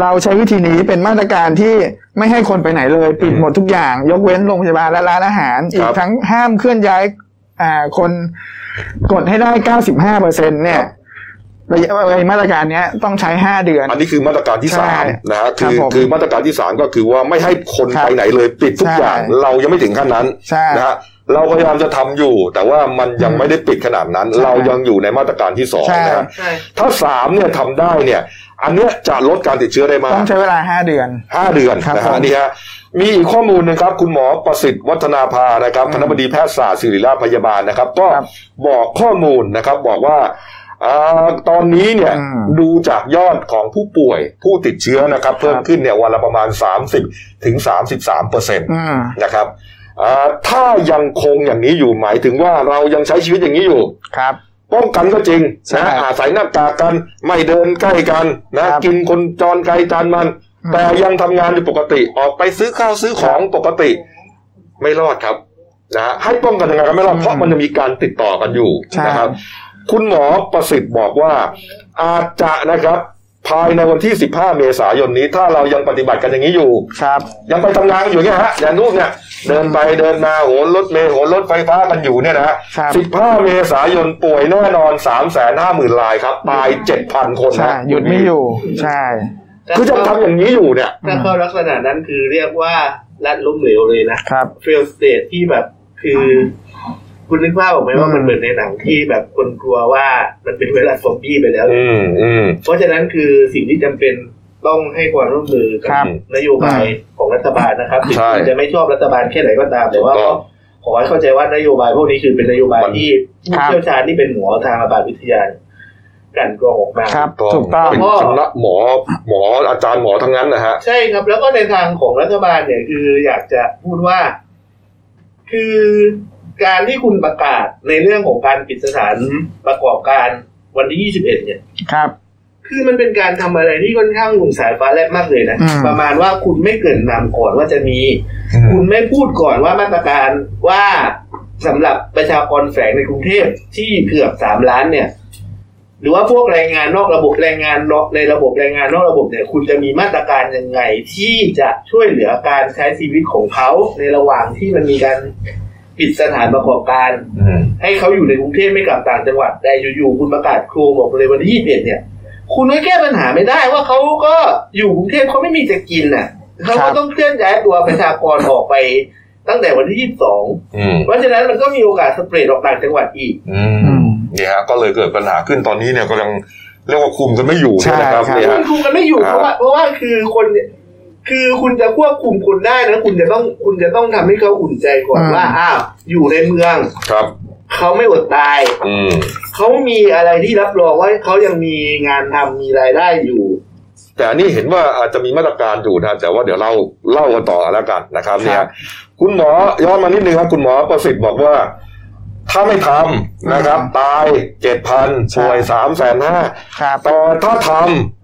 [SPEAKER 2] เราใช้วิธีนี้เป็นมาตรการที่ไม่ให้คนไปไหนเลยปิดหมดทุกอย่าง ยกเว้นโรงพยาบาลและร้านอาหาร อี
[SPEAKER 1] ค
[SPEAKER 2] ก
[SPEAKER 1] รับ
[SPEAKER 2] ทั้งห้ามเคลื่อนย้ายอ่าคนกดให้ได้ 95เปอร์เซ็นเนี่ยระยะไอ้มาตรการเนี้ยต้องใช้ 5 เดือน
[SPEAKER 1] ันนี้คือมาตรการที่
[SPEAKER 2] ใช่
[SPEAKER 1] สามนะฮะคือ
[SPEAKER 2] ครับผม
[SPEAKER 1] คือมาตรการที่สามก็คือว่าไม่ให้คน
[SPEAKER 2] ครับ
[SPEAKER 1] ไปไหนเลยปิดทุก
[SPEAKER 2] ใช่
[SPEAKER 1] อย่างเรายังไม่ถึงขั้นนั้น
[SPEAKER 2] ใช่
[SPEAKER 1] นะฮะเราพยายามจะทำอยู่ แต่ว่ามันยัง
[SPEAKER 2] อืม
[SPEAKER 1] ไม่ได้ปิดขนาดนั้น
[SPEAKER 2] ใช่
[SPEAKER 1] เรายังอยู่ในมาตรการที่สอง
[SPEAKER 2] ใช่
[SPEAKER 1] นะฮะ
[SPEAKER 3] ใช่
[SPEAKER 1] ถ้าสามเนี่ยทำได้เนี่ย อันเนี้ยจะลดการติดเชื้อได้มา
[SPEAKER 2] ต้
[SPEAKER 1] ก
[SPEAKER 2] องใช้เวลา 5 เดือน
[SPEAKER 1] ห้าเดือน
[SPEAKER 2] ครับ
[SPEAKER 1] นะ
[SPEAKER 2] ผ
[SPEAKER 1] ฮะ
[SPEAKER 2] ม
[SPEAKER 1] นี่ฮะมีอีกข้อมูลหนึงครับ คุณหมอประสิทธิ์วัฒนาภานะครับ
[SPEAKER 2] อืม
[SPEAKER 1] คณบดีแพทยศาสตร์ศิริราชพยาบาลนะครับ ก็
[SPEAKER 2] ครับ
[SPEAKER 1] บอกข้อมูลนะครับบอกว่าอ่าตอนนี้เนี่ย
[SPEAKER 2] อืม
[SPEAKER 1] ดูจากยอดของผู้ป่วยผู้ติดเชื้อนะครับ เพิ่ม
[SPEAKER 2] ครับ
[SPEAKER 1] ขึ้นเนี่ยวันละประมาณ 30ถึง33เปอร์เซ็นต์
[SPEAKER 2] อืม
[SPEAKER 1] นะครับอ่าถ้ายังคงอย่างนี้อยู่หมายถึงว่าเรายังใช้ชีวิตอย่างนี้อยู่
[SPEAKER 2] ครับ
[SPEAKER 1] ป้องกันก็จริง
[SPEAKER 2] ใช่
[SPEAKER 1] นะอาศัยหน้ากากกันไม่เดินใกล้กันนะครับ กินคนจรไกลจานมัน
[SPEAKER 2] อืม
[SPEAKER 1] แต่ยังทำงานอยู่ปกติออกไปซื้อข้าวซื้อของปกติ ไม่รอดครับนะฮะให้ป้องกันยังไงก็ไม่รอด
[SPEAKER 2] อืม
[SPEAKER 1] เพราะมันจะมีการติดต่อกันอยู่
[SPEAKER 2] ใช่
[SPEAKER 1] นะครับ คุณหมอประสิทธิ์บอกว่า อาจจะนะครับ ภายในวันที่ 15 เมษายนนี้ ถ้าเรายังปฏิบัติกันอย่างนี้อยู่
[SPEAKER 2] ครับ
[SPEAKER 1] ยังไปทำงานกันอยู่เนี่ยฮะอย่างนู้นเนี่ยเดินไปเดินมาโหนรถเมล์โหนรถไฟฟ้ากันอยู่เนี่ยนะฮะ
[SPEAKER 2] ครับ
[SPEAKER 1] 15 เมษายนป่วยแน่นอน3 5 0 0 0 0รายครับ ตาย 7,000 คน
[SPEAKER 2] ใช่
[SPEAKER 1] นะ
[SPEAKER 2] หยุดไม่อยู่ ใช่
[SPEAKER 1] คือจะทำอย่างนี้อยู่เนี่ย
[SPEAKER 3] ถ้าเข้าลักษณะนั้นคือเรียกว่ารัดล้มเหลวเลยนะ
[SPEAKER 2] ครับ
[SPEAKER 3] เฟลสเตทที่แบบคือ คุณนึกภาพออกไหมว่ามันเหมือนในหนังที่แบบคนกลัวว่ามันเป็นไวรัสซอมบี้ไปแล้ว
[SPEAKER 1] อืมอืม
[SPEAKER 3] เพราะฉะนั้นคือสิ่งที่จำเป็นต้องให้ความร่วมมือกั
[SPEAKER 2] ครับ
[SPEAKER 3] นโยบายของรัฐบาลนะครับถึง
[SPEAKER 1] ใช่
[SPEAKER 3] คุณจะไม่ชอบรัฐบาลแค่ไหนก็ตาม แต่ว่า
[SPEAKER 1] ถูกต้อง
[SPEAKER 3] ขอให้เข้าใจว่านโยบายพวกนี้คือเป็นนโยบาย
[SPEAKER 1] มัน
[SPEAKER 3] ที่ผู้เชี่ยวชาญที่เป็นหมอทางระบาดวิทยาเนี่ยกลันกรองออกมา
[SPEAKER 2] ครับ ถูกต้อง
[SPEAKER 1] เป็นคณะหมอหมออาจารย์หมอทั้งนั้นนะฮะ
[SPEAKER 3] ใช่ครับแล้วก็ในทางของรัฐบาลเนี่ยคืออยากจะพูดว่า คือการที่คุณประกาศในเรื่องของการปิดสถานประกอบการวันที่ 21 เนี่ย
[SPEAKER 2] ครับ
[SPEAKER 3] คือมันเป็นการทำอะไรที่ค่อนข้างหนุ่มสายฟ้าแลบมากเลยนะ
[SPEAKER 2] อืม
[SPEAKER 3] ประมาณว่าคุณไม่เกรินนำก่อนว่าจะมี คุณไม่พูดก่อนว่ามาตรการว่าสำหรับประชากรแฝงในกรุงเทพที่เกือบสามล้านเนี่ย หรือว่าพวกแรงงานนอกระบบแรงงานนอกในระบบแรงงานนอกระบบเนี่ย คุณจะมีมาตรการยังไงที่จะช่วยเหลือการใช้ชีวิตของเขาในระหว่างที่มันมีการปิดสถานประกอบการ
[SPEAKER 1] อืม
[SPEAKER 3] ให้เขาอยู่ในกรุงเทพไม่กลับต่างจังหวัดแต่อยู่ๆคุณประกาศโครงออกเลยวันที่ยี่สิบเอ็ดเนี่ย คุณก็แก้ปัญหาไม่ได้ว่าเขาก็อยู่กรุงเทพเขาไม่มีจะกินน่ะเขา
[SPEAKER 2] ครั
[SPEAKER 3] ก็
[SPEAKER 2] บ
[SPEAKER 3] ต้องเคลื่อนย้ายตัวประชากรออกไป ตั้งแต่วันที่ยี่สิบสอง
[SPEAKER 1] อืม
[SPEAKER 3] เพราะฉะนั้นมันก็มีโอกาสสเปรดออกต่างจังหวัดอีก
[SPEAKER 1] อืมเนี่ยฮะก็เลยเกิดปัญหาขึ้นตอนนี้เนี่ยกำลังเรียกว่าคุมกันไม่อยู่เนี่ยนะครับ
[SPEAKER 2] ใช่ครั
[SPEAKER 1] เนี่ย
[SPEAKER 2] บ
[SPEAKER 3] คุ
[SPEAKER 1] ฮะ
[SPEAKER 3] ณคุมกันไม่อยู่เพ
[SPEAKER 1] อ่า
[SPEAKER 3] ราะว่าเพราะว่าคือคนเนี่ยคือคุณจะควบคุมคนได้นะคุณจะต้องคุณจะต้องทำให้เขาอุ่นใจก่อน
[SPEAKER 2] อืม
[SPEAKER 3] ว่าอ้าวอยู่ในเมือง
[SPEAKER 1] ครับ
[SPEAKER 3] เขาไม่อดตาย
[SPEAKER 1] อืม
[SPEAKER 3] เขามีอะไรที่รับรองว่าเขายังมีงานทำมีรายได้อยู่
[SPEAKER 1] แต่อันนี้เห็นว่าอาจจะมีมาตรการอยู่นะแต่ว่าเดี๋ยวเล่าเล่ากันต่อแล้วกันนะครับเนี่
[SPEAKER 2] ครั
[SPEAKER 1] ย
[SPEAKER 2] บ
[SPEAKER 1] คุณหมอย้อนมานิดนึงครับคุณหมอประสิทธิ์บอกว่า ถ้าไม่ทำนะครับ
[SPEAKER 2] อืม
[SPEAKER 1] ตายเจ็ดพัน
[SPEAKER 2] ใช่
[SPEAKER 1] ป่วยสามแสนห้า
[SPEAKER 2] ครับ
[SPEAKER 1] แต่ถ้าท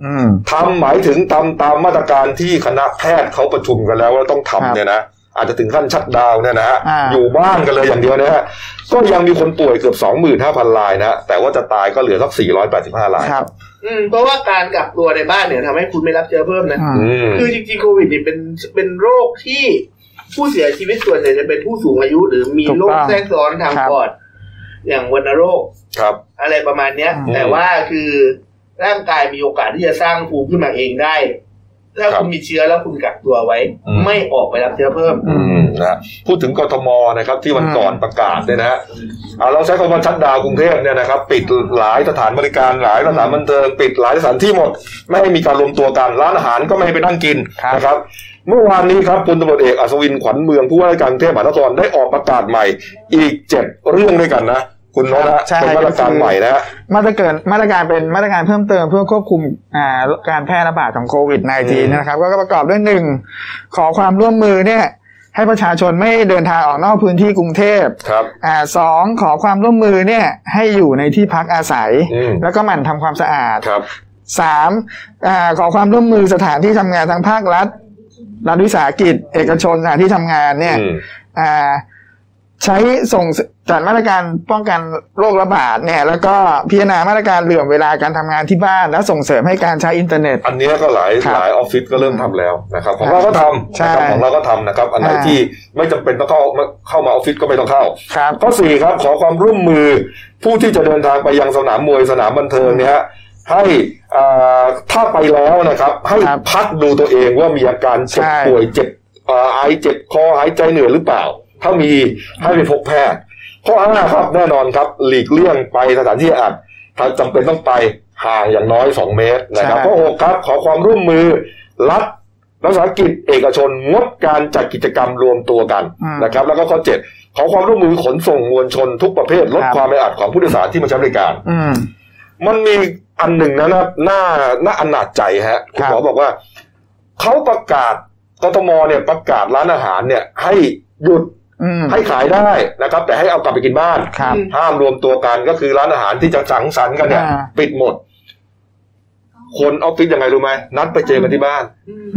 [SPEAKER 2] อืม
[SPEAKER 1] ำทำหมายถึงทำตามมาตรการที่คณะแพทย์เขาประชุมกันแล้วว่าต้อง
[SPEAKER 2] ครับ
[SPEAKER 1] ทำเนี่ยนะอาจจะถึงขั้นชัดดาวน์เนี่ยนะฮะ
[SPEAKER 2] อ่า
[SPEAKER 1] อยู่บ้านกันเลยอย่างเดียวนะฮะก็ยังมีคนป่วยเกือบสองหมื่นห้าพันรายนะแต่ว่าจะตายก็เหลือสักสี่ร้อยแปดสิบห้าราย
[SPEAKER 2] ครับ
[SPEAKER 3] อืมเพราะว่าการกักตัวในบ้านเนี่ยทำให้คุณไม่รับเชื้อเพิ่มนะ
[SPEAKER 2] อืม
[SPEAKER 1] อืม
[SPEAKER 3] คือจริงๆโควิดเนี่ยเป็นเป็นโรคที่ผู้เสียชีวิตส่วนใหญ่จะเป็นผู้สูงอายุ หรือมี
[SPEAKER 2] ถูกต้อง
[SPEAKER 3] โรคแทรกซ้อนทาง
[SPEAKER 2] ครับ
[SPEAKER 3] ปอดอย่างวัณโรค
[SPEAKER 1] ครับ
[SPEAKER 3] อะไรประมาณเนี้ย
[SPEAKER 2] อืม
[SPEAKER 3] แต่ว่าคือร่างกายมีโอกาสที่จะสร้างภูมิขึ้นมาเองได้ ถ้า
[SPEAKER 1] ครับ
[SPEAKER 3] คุณมีเชื้อแล้วคุณกักตัวไว้
[SPEAKER 1] อืม
[SPEAKER 3] ไม่ออกไปรับเชื้อเพิ่ม
[SPEAKER 1] อืมนะฮะพูดถึงกทมนะครับที่วัน
[SPEAKER 2] อืม
[SPEAKER 1] ก่อนประกาศเนี่ยนะฮะอ่าเราใช้คำว่าชัดดาวน์กรุงเทพเนี่ยนะครับ ปิดหลายสถานบริการหลายสถานบันเทิงปิดหลายสถานที่หมด ไม่ให้มีการรวมตัวกันร้านอาหารก็ไม่ให้ไปนั่งกินนะครับ เมื่อวานนี้ครับพลตำรวจเอกอัศวินขวัญเมืองผู้ว่าราชการกรุงเทพมหานครได้ออกประกาศใหม่ อีกเจ็ดเรื่องด้วยกันนะ คุณโน้ตนะ
[SPEAKER 2] ใช่
[SPEAKER 1] เป็นมาตร
[SPEAKER 2] ก็คื
[SPEAKER 1] การ
[SPEAKER 2] อ
[SPEAKER 1] ใหม่นะฮะ
[SPEAKER 2] มาตรการมาตรการเป็นมาตรการเพิ่มเติมเพื่อควบคุมอ่าการแพร่ระบาดของโควิด
[SPEAKER 1] อืม
[SPEAKER 2] -19 นะครับ ก็ประกอบด้วยหนึ่งขอความร่วมมือเนี่ย ให้ประชาชนไม่เดินทางออกนอกพื้นที่กรุงเทพ
[SPEAKER 1] ครับ
[SPEAKER 2] อ่าสองขอความร่วมมือเนี่ยให้อยู่ในที่พักอาศัย
[SPEAKER 1] อืม
[SPEAKER 2] แล้วก็หมั่นทำความสะอาด
[SPEAKER 1] ครับ
[SPEAKER 2] สามอ่าขอความร่วมมือสถานที่ทำงานทางภาครัฐรัฐวิสาหกิจ เอกชนสถานที่ทำงานเนี่ย
[SPEAKER 1] อืม
[SPEAKER 2] อ่าใช้ส่งจัดมาตรการป้องกันโรคระบาดเนี่ยแล้วก็พิจารณามาตรการเหลื่อมเวลาการทำงานที่บ้าน และส่งเสริมให้การใช้อินเทอร์เน็ต
[SPEAKER 1] อันเนี้ยก็หลาย
[SPEAKER 2] ครับ
[SPEAKER 1] หลายออฟฟิศก็เริ่มทำแล้วนะครับของเราก็ทำ
[SPEAKER 2] ใช่
[SPEAKER 1] นะครับของเราก็ทำนะครับ อันไหน
[SPEAKER 2] อ่า
[SPEAKER 1] ที่ไม่จำเป็นต้องเข้าเข้ามาออฟฟิศก็ไม่ต้องเข้า
[SPEAKER 2] ครับ
[SPEAKER 1] ข้อสี่ครับขอความร่วมมือผู้ที่จะเดินทางไปยังสนามมวยสนามบันเทิงเนี่ยฮะให้อ่าถ้าไปแล้วนะครับ ให้
[SPEAKER 2] ครับ
[SPEAKER 1] พักดูตัวเองว่ามีอาการเจ็บ
[SPEAKER 2] ใช่
[SPEAKER 1] ป่วยเจ็บอ่าไอเจ็บคอหายใจเหนื่อยหรือเปล่า ถ้ามีให้ไปพบแพทย์ข้อห้าครับแน่นอนครับ หลีกเลี่ยงไปสถานที่อัดถ้าจำเป็นต้องไปห่างอย่างน้อย 2 เมตรนะครับข้อหกครับขอความร่วมมือรัฐ รัฐวิสาหกิจเอกชนงดการจัดกิจกรรมรวมตัวกัน
[SPEAKER 2] อืม
[SPEAKER 1] นะครับ แล้วก็ข้อ 7 ขอความร่วมมือขนส่งมวลชนทุกประเภทลด
[SPEAKER 2] ครับ
[SPEAKER 1] ความแออัดของผู้โดยสารที่มาใช้บริการ
[SPEAKER 2] อืม
[SPEAKER 1] มันมีอันหนึ่งนะนะน่าน่าอนาจใจฮะคุณหมอบอกว่า เขาประกาศกทมเนี่ยประกาศร้านอาหารเนี่ย ให้หยุด
[SPEAKER 2] อืม
[SPEAKER 1] ให้ขายได้นะครับ แต่ให้เอากลับไปกินบ้าน
[SPEAKER 2] ครับ
[SPEAKER 1] ห้ามรวมตัวกันก็คือร้านอาหารที่จะสังสรรค์กันเนี่ย
[SPEAKER 2] อ่า
[SPEAKER 1] ปิดหมด คนออฟฟิศยังไงรู้ไหมนัดไปเจอกันที่บ้าน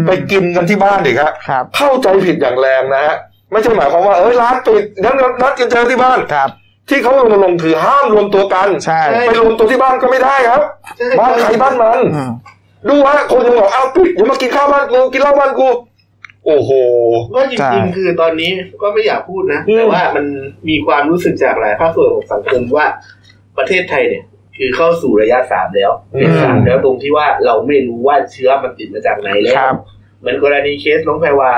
[SPEAKER 1] ไปกินกันที่บ้านดิครับ
[SPEAKER 2] ครับ
[SPEAKER 1] เข้าใจผิดอย่างแรงนะฮะไม่ใช่หมายความว่าเอ้ยร้านปิดงั้นนัดกันเจอที่บ้าน
[SPEAKER 2] ครับ
[SPEAKER 1] ที่เขาลงมาลงค์คือห้ามรวมตัวกัน
[SPEAKER 2] ใช่
[SPEAKER 1] ไปรวมตัวที่บ้านก็ไม่ได้ครับ
[SPEAKER 3] ใช่
[SPEAKER 1] บ้านใครบ้านมัน
[SPEAKER 2] อืม
[SPEAKER 1] ดูฮะคนยังบอกอ้าวปิดเดี๋ยวมากินข้าวบ้านกูกินเหล้าบ้านกู โอ้โห
[SPEAKER 3] ก็จริงๆ คือตอนนี้ก็ไม่อยากพูดนะ แต่ว่ามันมีความรู้สึกจากหลายภาคส่วนของสังคมว่า ประเทศไทยเนี่ย คือเข้าสู่ระยะสามแล้ว
[SPEAKER 1] อืม
[SPEAKER 3] เฟสสามแล้วตรงที่ว่าเราไม่รู้ว่าเชื้อมันติดมาจากไหนแล้
[SPEAKER 2] ครั
[SPEAKER 3] ว
[SPEAKER 2] บ
[SPEAKER 3] เหมือนกรณีเคสน้องแพรวา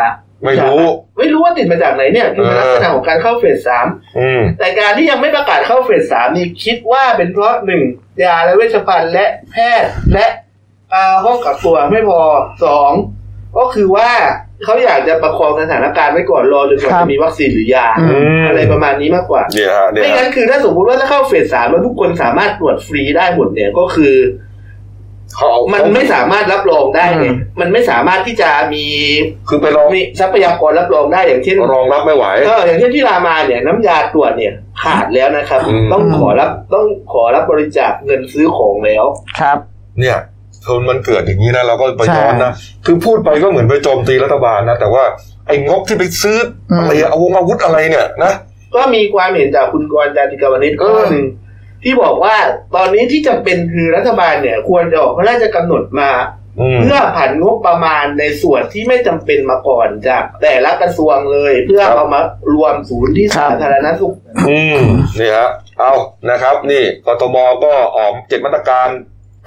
[SPEAKER 1] ไม่รู้
[SPEAKER 3] ไม่รู้ว่าติดมาจากไหนเนี่ยคือ
[SPEAKER 1] เออ
[SPEAKER 3] ลักษณะของการเข้าเฟสสาม
[SPEAKER 1] อืม
[SPEAKER 3] แต่การที่ยังไม่ประกาศเข้าเฟสสามนี่คิดว่าเป็นเพราะหนึ่งยาและเวชภัณฑ์และแพทย์และเอ่อห้องกักตัวไม่พอสองก็คือว่าเขาอยากจะประคองสถานการณ์ไว้ก่อนรอจนกว่า
[SPEAKER 2] ครับ
[SPEAKER 3] จะมีวัคซีนหรือยา
[SPEAKER 2] อื
[SPEAKER 1] ม
[SPEAKER 3] อะไรประมาณนี้มากกว่า
[SPEAKER 1] เนี่ยฮะเนี่ย
[SPEAKER 3] ไม่
[SPEAKER 1] ฮะ
[SPEAKER 3] งั้นคือถ้าสมมติว่าถ้าเข้าเฟสสามแล้วทุกคนสามารถตรวจฟรีได้หมดเนี่ยก็คือ
[SPEAKER 1] เขาเอา
[SPEAKER 3] มันไม่สามารถรับรองได้ไง
[SPEAKER 2] อืม
[SPEAKER 3] มันไม่สามารถที่จะมี
[SPEAKER 1] คือไปรอง
[SPEAKER 3] มีทรัพยากรรับรองได้อย่างเช่น
[SPEAKER 1] รองรับไม่ไหว
[SPEAKER 3] เอออย่างเช่นที่รามาเนี่ยน้ำยาตรวจเนี่ยขาดแล้วนะครับ
[SPEAKER 1] อืม
[SPEAKER 3] ต้องขอรับต้องขอรับบริจาคเงินซื้อของแล้ว
[SPEAKER 2] ครับ
[SPEAKER 1] เนี่ยคนมันเกิดอย่างนี้นะเราก็ไป
[SPEAKER 2] ใช่
[SPEAKER 1] ย้อนนะคือพูดไปก็เหมือนไปโจมตีรัฐบาลนะแต่ว่าไอ้งบที่ไปซื้อ
[SPEAKER 2] อืม
[SPEAKER 1] อะไรอะอาวงอาวุธอะไรเนี่ยนะ
[SPEAKER 3] ก็มีความเห็นจากคุณกรณ์จาติกาวนิช
[SPEAKER 1] เอ
[SPEAKER 3] ข้อ
[SPEAKER 1] อ
[SPEAKER 3] หนึ่งที่บอกว่าตอนนี้ที่จำเป็นคือรัฐบาลเนี่ย ควรจะออกพระราชกำหนดมา
[SPEAKER 1] อืม
[SPEAKER 3] เพื่อผันงบประมาณในส่วนที่ไม่จำเป็นมาก่อนจากแต่ละกระทรวงเลย เพื่อ
[SPEAKER 1] ครับ
[SPEAKER 3] เอามารวมศูนย์ที่
[SPEAKER 2] ครับ
[SPEAKER 3] สาธารณสุข
[SPEAKER 1] อืมนี่ฮะเอานะครับ นี่กทมก็ออกเจ็ดมาตรการ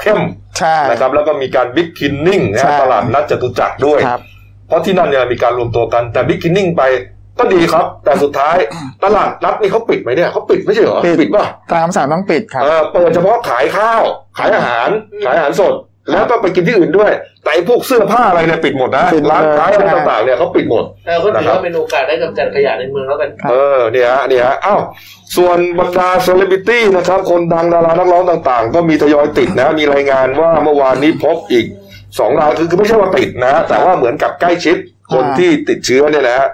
[SPEAKER 1] เข้ม
[SPEAKER 2] ใช่
[SPEAKER 1] นะครับ แล้วก็มีการบิ๊กคินนิ่งนะ
[SPEAKER 2] ใช่
[SPEAKER 1] ฮะตลาดนัดจตุจักรด้วย
[SPEAKER 2] ครับ
[SPEAKER 1] เพราะที่นั่นเนี่ยมีการรวมตัวกันแต่บิ๊กคินนิ่งไปก็ดีครับ แต่สุดท้ายตลาดนัดนี่เขาปิดไหมเนี่ยเขาปิดไม่ใช่เหรอ
[SPEAKER 2] ปิด
[SPEAKER 1] ปิดป่ะ
[SPEAKER 2] ตามสารต้องปิดครับ
[SPEAKER 1] เออเปิดเฉพาะขายข้าว ขายอาหาร
[SPEAKER 3] อืม
[SPEAKER 1] ขายอาหารสด แล้วก็ไปกินที่อื่นด้วย แต่ไอ้พวกเสื้อผ้าอะไรเนี่ยปิดหมดนะ
[SPEAKER 2] ปิดหมด
[SPEAKER 1] ร้าน
[SPEAKER 2] เล
[SPEAKER 1] ค้าอะ
[SPEAKER 2] ย
[SPEAKER 1] ไร
[SPEAKER 2] ใช่
[SPEAKER 1] ต่างๆเนี่ยเขาปิดหมด
[SPEAKER 3] เออก็ถือ
[SPEAKER 1] นะครับ
[SPEAKER 3] ว่าเป็นโอกาสได้กำจัดขยะในเมืองแล้วกัน
[SPEAKER 2] ครับ
[SPEAKER 1] เออเนี่ยฮะเนี่ยฮะอ้าวส่วนบรรดาเซเลบริตี้นะครับ คนดังดารานักร้องต่างๆ ก็มีทยอยติดนะ มีรายงานว่าเมื่อวานนี้พบอีกสองรายคือคือไม่ใช่ว่าติดนะ แต่ว่าเหมือนกับใกล้ชิดคน
[SPEAKER 2] อ่า
[SPEAKER 1] ที่ติดเชื้อเนี่ยนะฮะ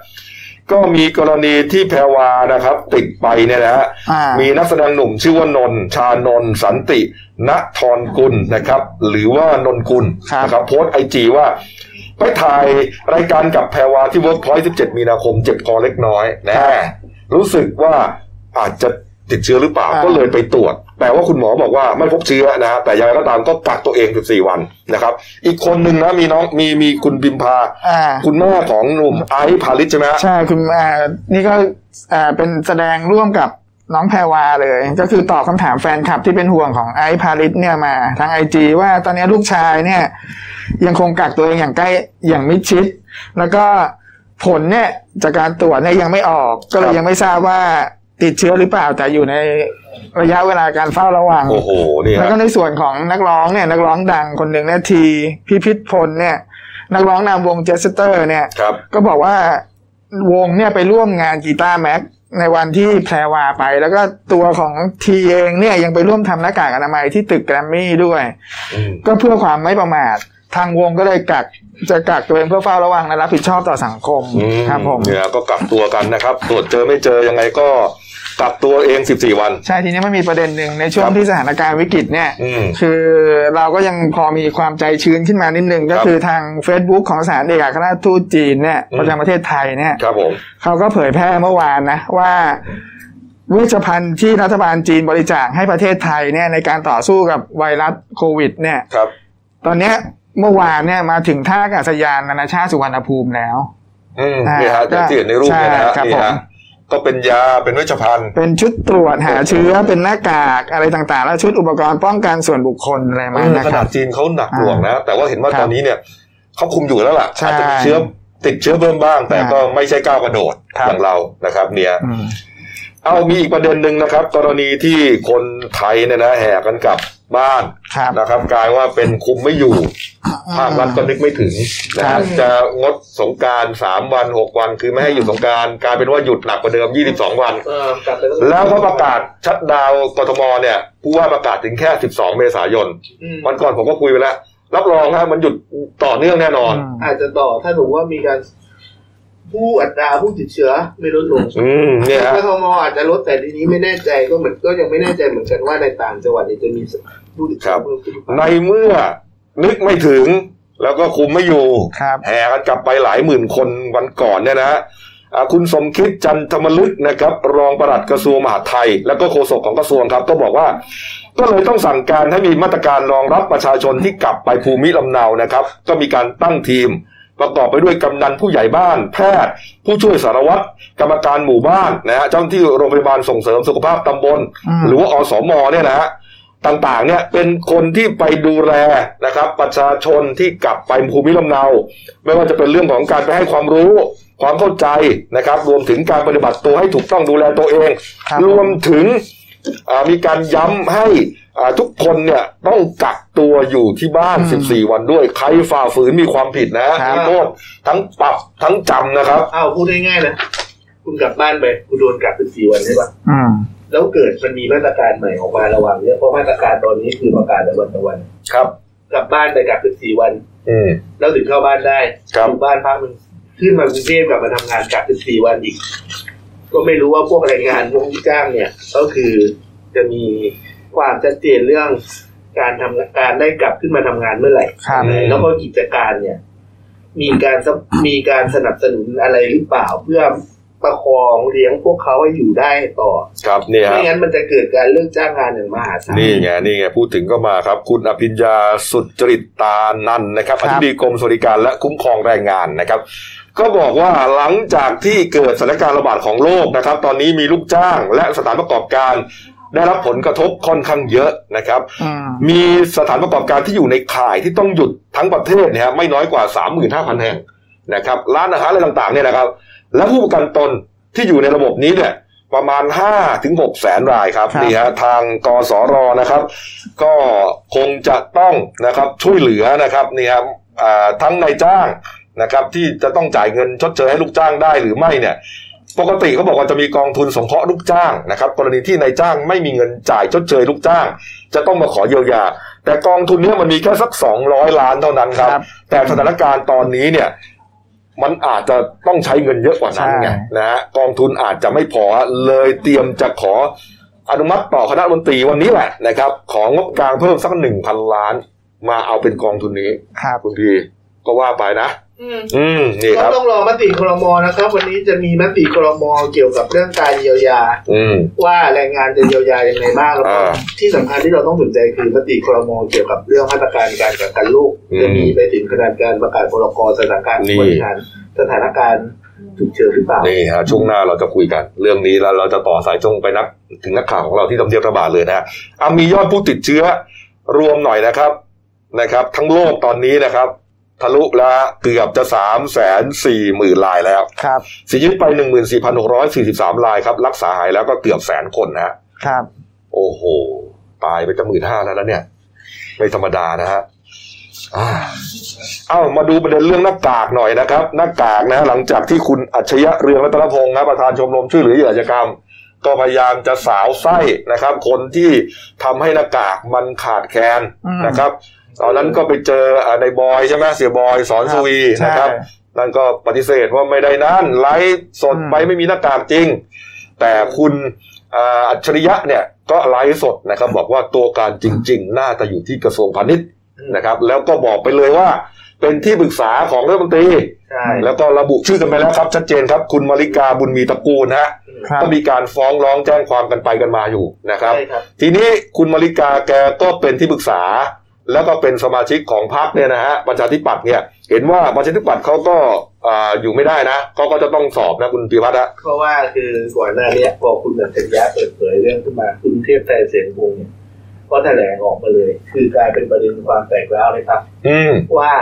[SPEAKER 1] ก็มีกรณีที่แพรวานะครับ ติดไปเนี่ยนะฮะ
[SPEAKER 2] อ่า
[SPEAKER 1] มีนักแสดงหนุ่มชื่อว่านนท์ชานนท์สันติณทรกุลนะครับ หรือว่านนกุล
[SPEAKER 2] ครับ
[SPEAKER 1] นะครับ โพสต์ไอจีว่า ไปถ่ายรายการกับแพรวาที่เวิร์กพอยต์17 มีนาคมเจ็บคอเล็กน้อยแนะครับ รู้สึกว่าอาจจะติดเชื้อหรือเปล่า
[SPEAKER 2] อ่า
[SPEAKER 1] ก็เลยไปตรวจ แต่ว่าคุณหมอบอกว่าไม่พบเชื้อนะฮะแต่ยังไงก็ตามก็กักตัวเอง 14 วันนะครับ อีกคนหนึ่งนะมีน้องมีมีคุณบิมพา
[SPEAKER 2] อ่า
[SPEAKER 1] คุณแม่ของหนุ่มไอซ์พาลิตใช่ไหมฮะ
[SPEAKER 2] ใช่คุณอ่านี่ก็อ่าเป็นแสดงร่วมกับน้องแพรวาเลย ก็คือตอบคำถามแฟนคลับที่เป็นห่วงของไอซ์พาริสเนี่ยมาทางไอจีว่าตอนนี้ลูกชายเนี่ย ยังคงกักตัวเองอย่างใกล้อย่างมิดชิด แล้วก็ผลเนี่ยจากการตรวจเนี่ยยังไม่ออก ก็เล
[SPEAKER 1] ครั
[SPEAKER 2] ย
[SPEAKER 1] บ
[SPEAKER 2] ยังไม่ทราบว่าติดเชื้อหรือเปล่าแต่อยู่ในระยะเวลาการเฝ้าระวัง
[SPEAKER 1] โอ้โหนี่
[SPEAKER 2] แล้ว
[SPEAKER 1] ฮะ
[SPEAKER 2] ก็ในส่วนของนักร้องเนี่ยนักร้องดังคนหนึ่งเนี่ยทีพิพิธพลเนี่ย นักร้องนำวงเจสเตอร์เนี่ย
[SPEAKER 1] ครับ
[SPEAKER 2] ก็บอกว่าวงเนี่ยไปร่วมงานกีตาร์แม็กในวันที่แพรวาไป แล้วก็ตัวของทีเองเนี่ยยังไปร่วมทำหน้ากากอนามัยที่ตึกแกรมมี่ด้วย
[SPEAKER 1] อืม
[SPEAKER 2] ก็เพื่อความไม่ประมาท ทางวงก็เลยกักจะกักตัวเองเพื่อเฝ้าระวังและรับผิดชอบต่อสังคม
[SPEAKER 1] อืม
[SPEAKER 2] ครับผม
[SPEAKER 1] เนี่ยก็กักตัวกันนะครับ ตรวจเจอไม่เจอยังไงก็กักตัวเอง 14 วัน
[SPEAKER 2] ใช่ทีนี้มันมีประเด็นหนึ่งในช่ว
[SPEAKER 1] ค
[SPEAKER 2] ง
[SPEAKER 1] รับ
[SPEAKER 2] ที่สถานการณ์วิกฤตเนี่ย
[SPEAKER 1] อืม
[SPEAKER 2] คือเราก็ยังพอมีความใจชื้นขึ้นมานิดนึง ก็
[SPEAKER 1] ครับ
[SPEAKER 2] คือทาง Facebook ของสถานเอกอัครราชทูตจีนเนี่ย
[SPEAKER 1] อืม
[SPEAKER 2] ประจำประเทศไทยเนี่ย
[SPEAKER 1] ครับผม
[SPEAKER 2] เขาก็เผยแพร่เมื่อวานนะว่าเวชภัณฑ์ที่รัฐบาลจีนบริจาคให้ประเทศไทยเนี่ยในการต่อสู้กับไวรัสโควิดเนี่ย
[SPEAKER 1] ครับ
[SPEAKER 2] ตอนเนี้ยเมื่อวานเนี่ยมาถึงท่าอากาศยานนานาชาติสุวรรณภูมิแล้ว
[SPEAKER 1] อืม
[SPEAKER 2] อ่า
[SPEAKER 1] นี่ฮะอย่างที่เห็นในรูปเนี่ยนะฮะ
[SPEAKER 2] ใช่ครับ
[SPEAKER 1] นี่ฮะ
[SPEAKER 2] ผม
[SPEAKER 1] ก็เป็นยาเป็นเวชภัณฑ์
[SPEAKER 2] เป็นชุดตรวจหาเชื้อเป็นหน้ากากอะไรต่างๆ แล้วชุดอุปกรณ์ป้องกันส่วนบุคคลอะไรมา
[SPEAKER 1] เออ
[SPEAKER 2] นะ
[SPEAKER 1] ข
[SPEAKER 2] ค
[SPEAKER 1] นา
[SPEAKER 2] รั
[SPEAKER 1] ด
[SPEAKER 2] บ
[SPEAKER 1] จีนเขาหนักหน่วงนะ แต่ว่าเห็นว่า
[SPEAKER 2] ครับ
[SPEAKER 1] ตอนนี้เนี่ยเขาคุมอยู่แล้วล่ะ
[SPEAKER 2] ใช่
[SPEAKER 1] อาจจะมีเชื้อติดเชื้อเพิ่มบ้าง แต่
[SPEAKER 2] ใช่
[SPEAKER 1] ก็ไม่ใช่ก้าวกระโดด
[SPEAKER 2] ครับ
[SPEAKER 1] อย่างเรานะครับ เนี่ย
[SPEAKER 2] อืม
[SPEAKER 1] เอามีอีกประเด็นหนึ่งนะครับ กรณีที่คนไทยเนี่ยนะแห่กันกลับบ้าน
[SPEAKER 2] ครับ
[SPEAKER 1] นะครับ กลายว่าเป็นคุมไม่อยู่ภาครัฐก็นึกไม่ถึงนะค
[SPEAKER 2] ครั
[SPEAKER 1] รับบ จะงดสงกรารสามวันหกวัน คือไม่ให้หยุดสงกรารกลายเป็นว่าหยุดหนักกว่าเดิมยี่สิบสองวัน
[SPEAKER 3] เออกลับไปอง
[SPEAKER 1] แล้วก็ประกาศชัดดาวน์กทมเนี่ยผู้ว่าประกาศถึงแค่ 12 เมษายน
[SPEAKER 3] อืม
[SPEAKER 1] วันก่อนผมก็คุยไปแล้ว รับรองฮะมันหยุดต่อเนื่องแน่นอน
[SPEAKER 3] อาจจะต่อถ้าสมมติว่ามีการผู้อัตราผู้ติดเชื้อไม่ลดลง
[SPEAKER 1] อืมเนี่ยฮะ
[SPEAKER 3] กทมอาจจะลดแต่ทีนี้ไม่แน่ใจก็เหมือนก็ยังไม่แน่ใจเหมือนกันว่าในต่างจังหวัดเนี่ยจะมีผู้ติดเชื้อเพิ่มขึ้นหรือเป
[SPEAKER 1] ใน
[SPEAKER 3] ล่า
[SPEAKER 1] เมื่อนึกไม่ถึง แล้วก็คุมไม่อยู่
[SPEAKER 2] ครับ
[SPEAKER 1] แห่กันกลับไปหลายหมื่นคนวันก่อนเนี่ยนะฮะอ่าคุณสมคิดจันทรมลึกนะครับ รองปลัดกระทรวงมหาดไทย และก็โฆษกของกระทรวงครับ ก็บอกว่า ก็เลยต้องสั่งการให้มีมาตรการรองรับประชาชนที่กลับไปภูมิลำเนานะครับ ก็มีการตั้งทีม ประกอบไปด้วยกำนันผู้ใหญ่บ้าน แพทย์ ผู้ช่วยสารวัตรกรรมการหมู่บ้านนะฮะเจ้าหน้าที่โรงพยาบาลส่งเสริมสุขภาพตำบล
[SPEAKER 2] อืม
[SPEAKER 1] หรือว่าอสมเนี่ยนะฮะต่างๆเนี่ยเป็นคนที่ไปดูแลนะครับ ประชาชนที่กลับไปภูมิลำเนา ไม่ว่าจะเป็นเรื่องของการไปให้ความรู้ ความเข้าใจนะครับ รวมถึงการปฏิบัติตัวให้ถูกต้องดูแลตัวเอง
[SPEAKER 2] ครับ
[SPEAKER 1] รวมถึง อ่ามีการย้ำให้อ่าทุกคนเนี่ยต้องกักตัวอยู่ที่บ้าน
[SPEAKER 2] อืม
[SPEAKER 1] 14 วันด้วย ใครฝ่าฝืนมีความผิดนะ
[SPEAKER 2] ครั
[SPEAKER 1] มี
[SPEAKER 2] บ
[SPEAKER 1] โทษทั้งปรับทั้งจำนะครับ
[SPEAKER 3] อ้าวพูดง่ายๆนะคุณกลับบ้านไปคุณโดนกักสิบสี่วันใช่ปะ
[SPEAKER 2] อืม
[SPEAKER 3] แล้วเกิดมันมีมาตรการใหม่ออกมาระหว่างเนี่ยเพราะมาตรการตอนนี้คือประกาศแต่วันต่อวัน
[SPEAKER 1] ครับ
[SPEAKER 3] กลับบ้านไปกักสิบสี่วัน
[SPEAKER 1] อืม
[SPEAKER 3] แล้วถึงเข้าบ้านได้
[SPEAKER 1] ครับ
[SPEAKER 3] อยู่บ้านพักหนึ่งขึ้นมากรุงเทพกลับมาทำงานกักสิบสี่วันอีก ก็ไม่รู้ว่าพวกแรงงานพวกลูกจ้างเนี่ย ก็คือจะมีความชัดเจนเรื่องการทำการได้กลับขึ้นมาทำงานเมื่อไหร่
[SPEAKER 2] ครับ
[SPEAKER 3] แล้วก็กิจการเนี่ย มีการซับมีการสนับสนุนอะไรหรือเปล่า เพื่อประคองเลี้ยงพวกเขาให้อยู่ได้ต่อ
[SPEAKER 1] ครับเนี่ยฮะ
[SPEAKER 3] ไม่งั้นมันจะเกิดการเลิกจ้างงานอย่างมหาศาล
[SPEAKER 1] นี่ไงนี่ไงพูดถึงก็มาครับ คุณอภิญญาสุจริตตานันท์นะครับ
[SPEAKER 2] ค
[SPEAKER 1] อ
[SPEAKER 2] รับ
[SPEAKER 1] ธิบดีกรมสวัสดิการและคุ้มครองแรงงานนะครับ ก็บอกว่าหลังจากที่เกิดสถานการณ์ระบาดของโรคนะครับ ตอนนี้มีลูกจ้างและสถานประกอบการ ได้รับผลกระทบค่อนข้างเยอะนะครับ
[SPEAKER 2] อืม
[SPEAKER 1] มีสถานประกอบการที่อยู่ในข่ายที่ต้องหยุดทั้งประเทศเนยฮะไม่น้อยกว่า 35,000 แห่งนะครับร้านอาหารอะไรต่างๆเนี่ยนะครับ และผู้ประกันตนที่อยู่ในระบบนี้เนี่ยประมาณ 5 ถึง 6 แสนรายครับ
[SPEAKER 2] ครับ
[SPEAKER 1] นี่ฮะทางกสรนะครับ ก็คงจะต้องนะครับช่วยเหลือนะครับนี่ครับอ่าทั้งนายจ้างนะครับ ที่จะต้องจ่ายเงินชดเชยให้ลูกจ้างได้หรือไม่เนี่ย ปกติเขาบอกว่าจะมีกองทุนสงเคราะห์ลูกจ้างนะครับ กรณีที่นายจ้างไม่มีเงินจ่ายชดเชยลูกจ้าง จะต้องมาขอเยียวยา แต่กองทุนเนี้มันมีแค่สักสองร้อยล้านเท่านั้นครับ
[SPEAKER 2] ครับ
[SPEAKER 1] แต่สถานการณ์ตอนนี้เนี่ยมันอาจจะต้องใช้เงินเยอะกว่านั้นไง
[SPEAKER 2] ใช่
[SPEAKER 1] นะฮะกองทุนอาจจะไม่พอเลยเตรียมจะขออนุมัติต่อคณะรัฐมนตรีวันนี้แหละนะครับ ของงบกลางเพิ่มสักหนึ่งพันล้าน มาเอาเป็นกองทุนนี้
[SPEAKER 2] ครับ
[SPEAKER 1] คุณพี่ก็ว่าไปนะ อืมนี่ค
[SPEAKER 3] ก็
[SPEAKER 1] รับ
[SPEAKER 3] ต้องรอมติครมนะครับ วันนี้จะมีมติครมเกี่ยวกับเรื่องการเยียวยา
[SPEAKER 1] อืม
[SPEAKER 3] ว่าแรงงานจะเยียวยาอย่างไรบ้างแล้วก็
[SPEAKER 1] อ่า
[SPEAKER 3] ที่สำคัญที่เราต้องสนใจคือมติครมเกี่ยวกับเรื่องมาตรการการกักกันลูก
[SPEAKER 1] อืม
[SPEAKER 3] จะมีไปถึงขนาดการประกาศพรกสถานการณ์
[SPEAKER 1] นี่
[SPEAKER 3] บริหารสถานการณ์ฉุกเฉินหรือเปล่า
[SPEAKER 1] นี่ฮะช่วงหน้าเราจะคุยกัน เรื่องนี้แล้วเราจะต่อสายจงไปนักถึงนักข่าวของเราที่ทำเนียบรัฐบาลเลยนะฮะเอามียอดผู้ติดเชื้อรวมหน่อยนะครับนะครับ ทั้งโลกตอนนี้นะครับ ทะลุแล้วฮะเกือบจะสามแสนสี่หมื่นลายแล้ว
[SPEAKER 2] ครับ
[SPEAKER 1] เสียชีวิตไปหนึ่งหมื่นสี่พันหกร้อยสี่สิบสามลายครับ รักษาหายแล้วก็เกือบแสนคนนะฮะ
[SPEAKER 2] ครับ
[SPEAKER 1] โอ้โห ตายไปจะหมื่นห้าแล้วนะเนี่ย ไม่ธรรมดานะฮะอ่าเอ้ามาดูประเด็นเรื่องหน้ากากหน่อยนะครับ หน้ากากนะฮะหลังจากที่คุณอัจฉริยะเรืองรัตนพงศ์นะประธานชมรมช่วยเหลือเหยื่ออาชญากรรม ก็พยายามจะสาวไส้นะครับ คนที่ทำให้หน้ากากมันขาดแคลน
[SPEAKER 2] อืม
[SPEAKER 1] นะครับ ตอนนั้นก็ไปเจออ่าในบอยใช่ไหมเสียบอยสอนสุวี
[SPEAKER 2] ใช่
[SPEAKER 1] นะครับ นั่นก็ปฏิเสธว่าไม่ได้นั่นไลฟ์สด
[SPEAKER 2] อืม
[SPEAKER 1] ไปไม่มีหน้ากากจริง แต่คุณอ่าอัจฉริยะเนี่ยก็ไลฟ์สดนะครับบอกว่าตัวการจริง ๆ น่าจะอยู่ที่กระทรวงพาณิชย์นะครับ แล้วก็บอกไปเลยว่าเป็นที่ปรึกษาของรัฐมนตรี
[SPEAKER 3] ใช่
[SPEAKER 1] แล้วก็ระบุชื่อกันไปแล้วครับ ชัดเจนครับ คุณมาริกาบุญมีตระกูลนะฮะ
[SPEAKER 2] ครับ
[SPEAKER 1] ก็มีการฟ้องร้องแจ้งความกันไปกันมาอยู่นะครับ
[SPEAKER 3] ใช่ครับ
[SPEAKER 1] ทีนี้คุณมาริกาแกก็เป็นที่ปรึกษา แล้วก็เป็นสมาชิกของพรรคเนี่ยนะฮะประชาธิปัตย์เนี่ย เห็นว่าประชาธิปัตย์เขาก็อ่าอยู่ไม่ได้นะเขาก็จะต้องสอบนะคุณปิยวัฒน์ฮะ
[SPEAKER 3] เพราะว่าคือก่อนหน้าเนี้ยพอคุณอัจฉริยะเปิดเผยเรื่องขึ้นมาคุณเทพไทยเสนพงศ์เนี่ยก็แถลงออกมาเลย คือกลายเป็นประเด็นความแตกร้าวเลยครับ
[SPEAKER 1] อืม
[SPEAKER 3] ว่า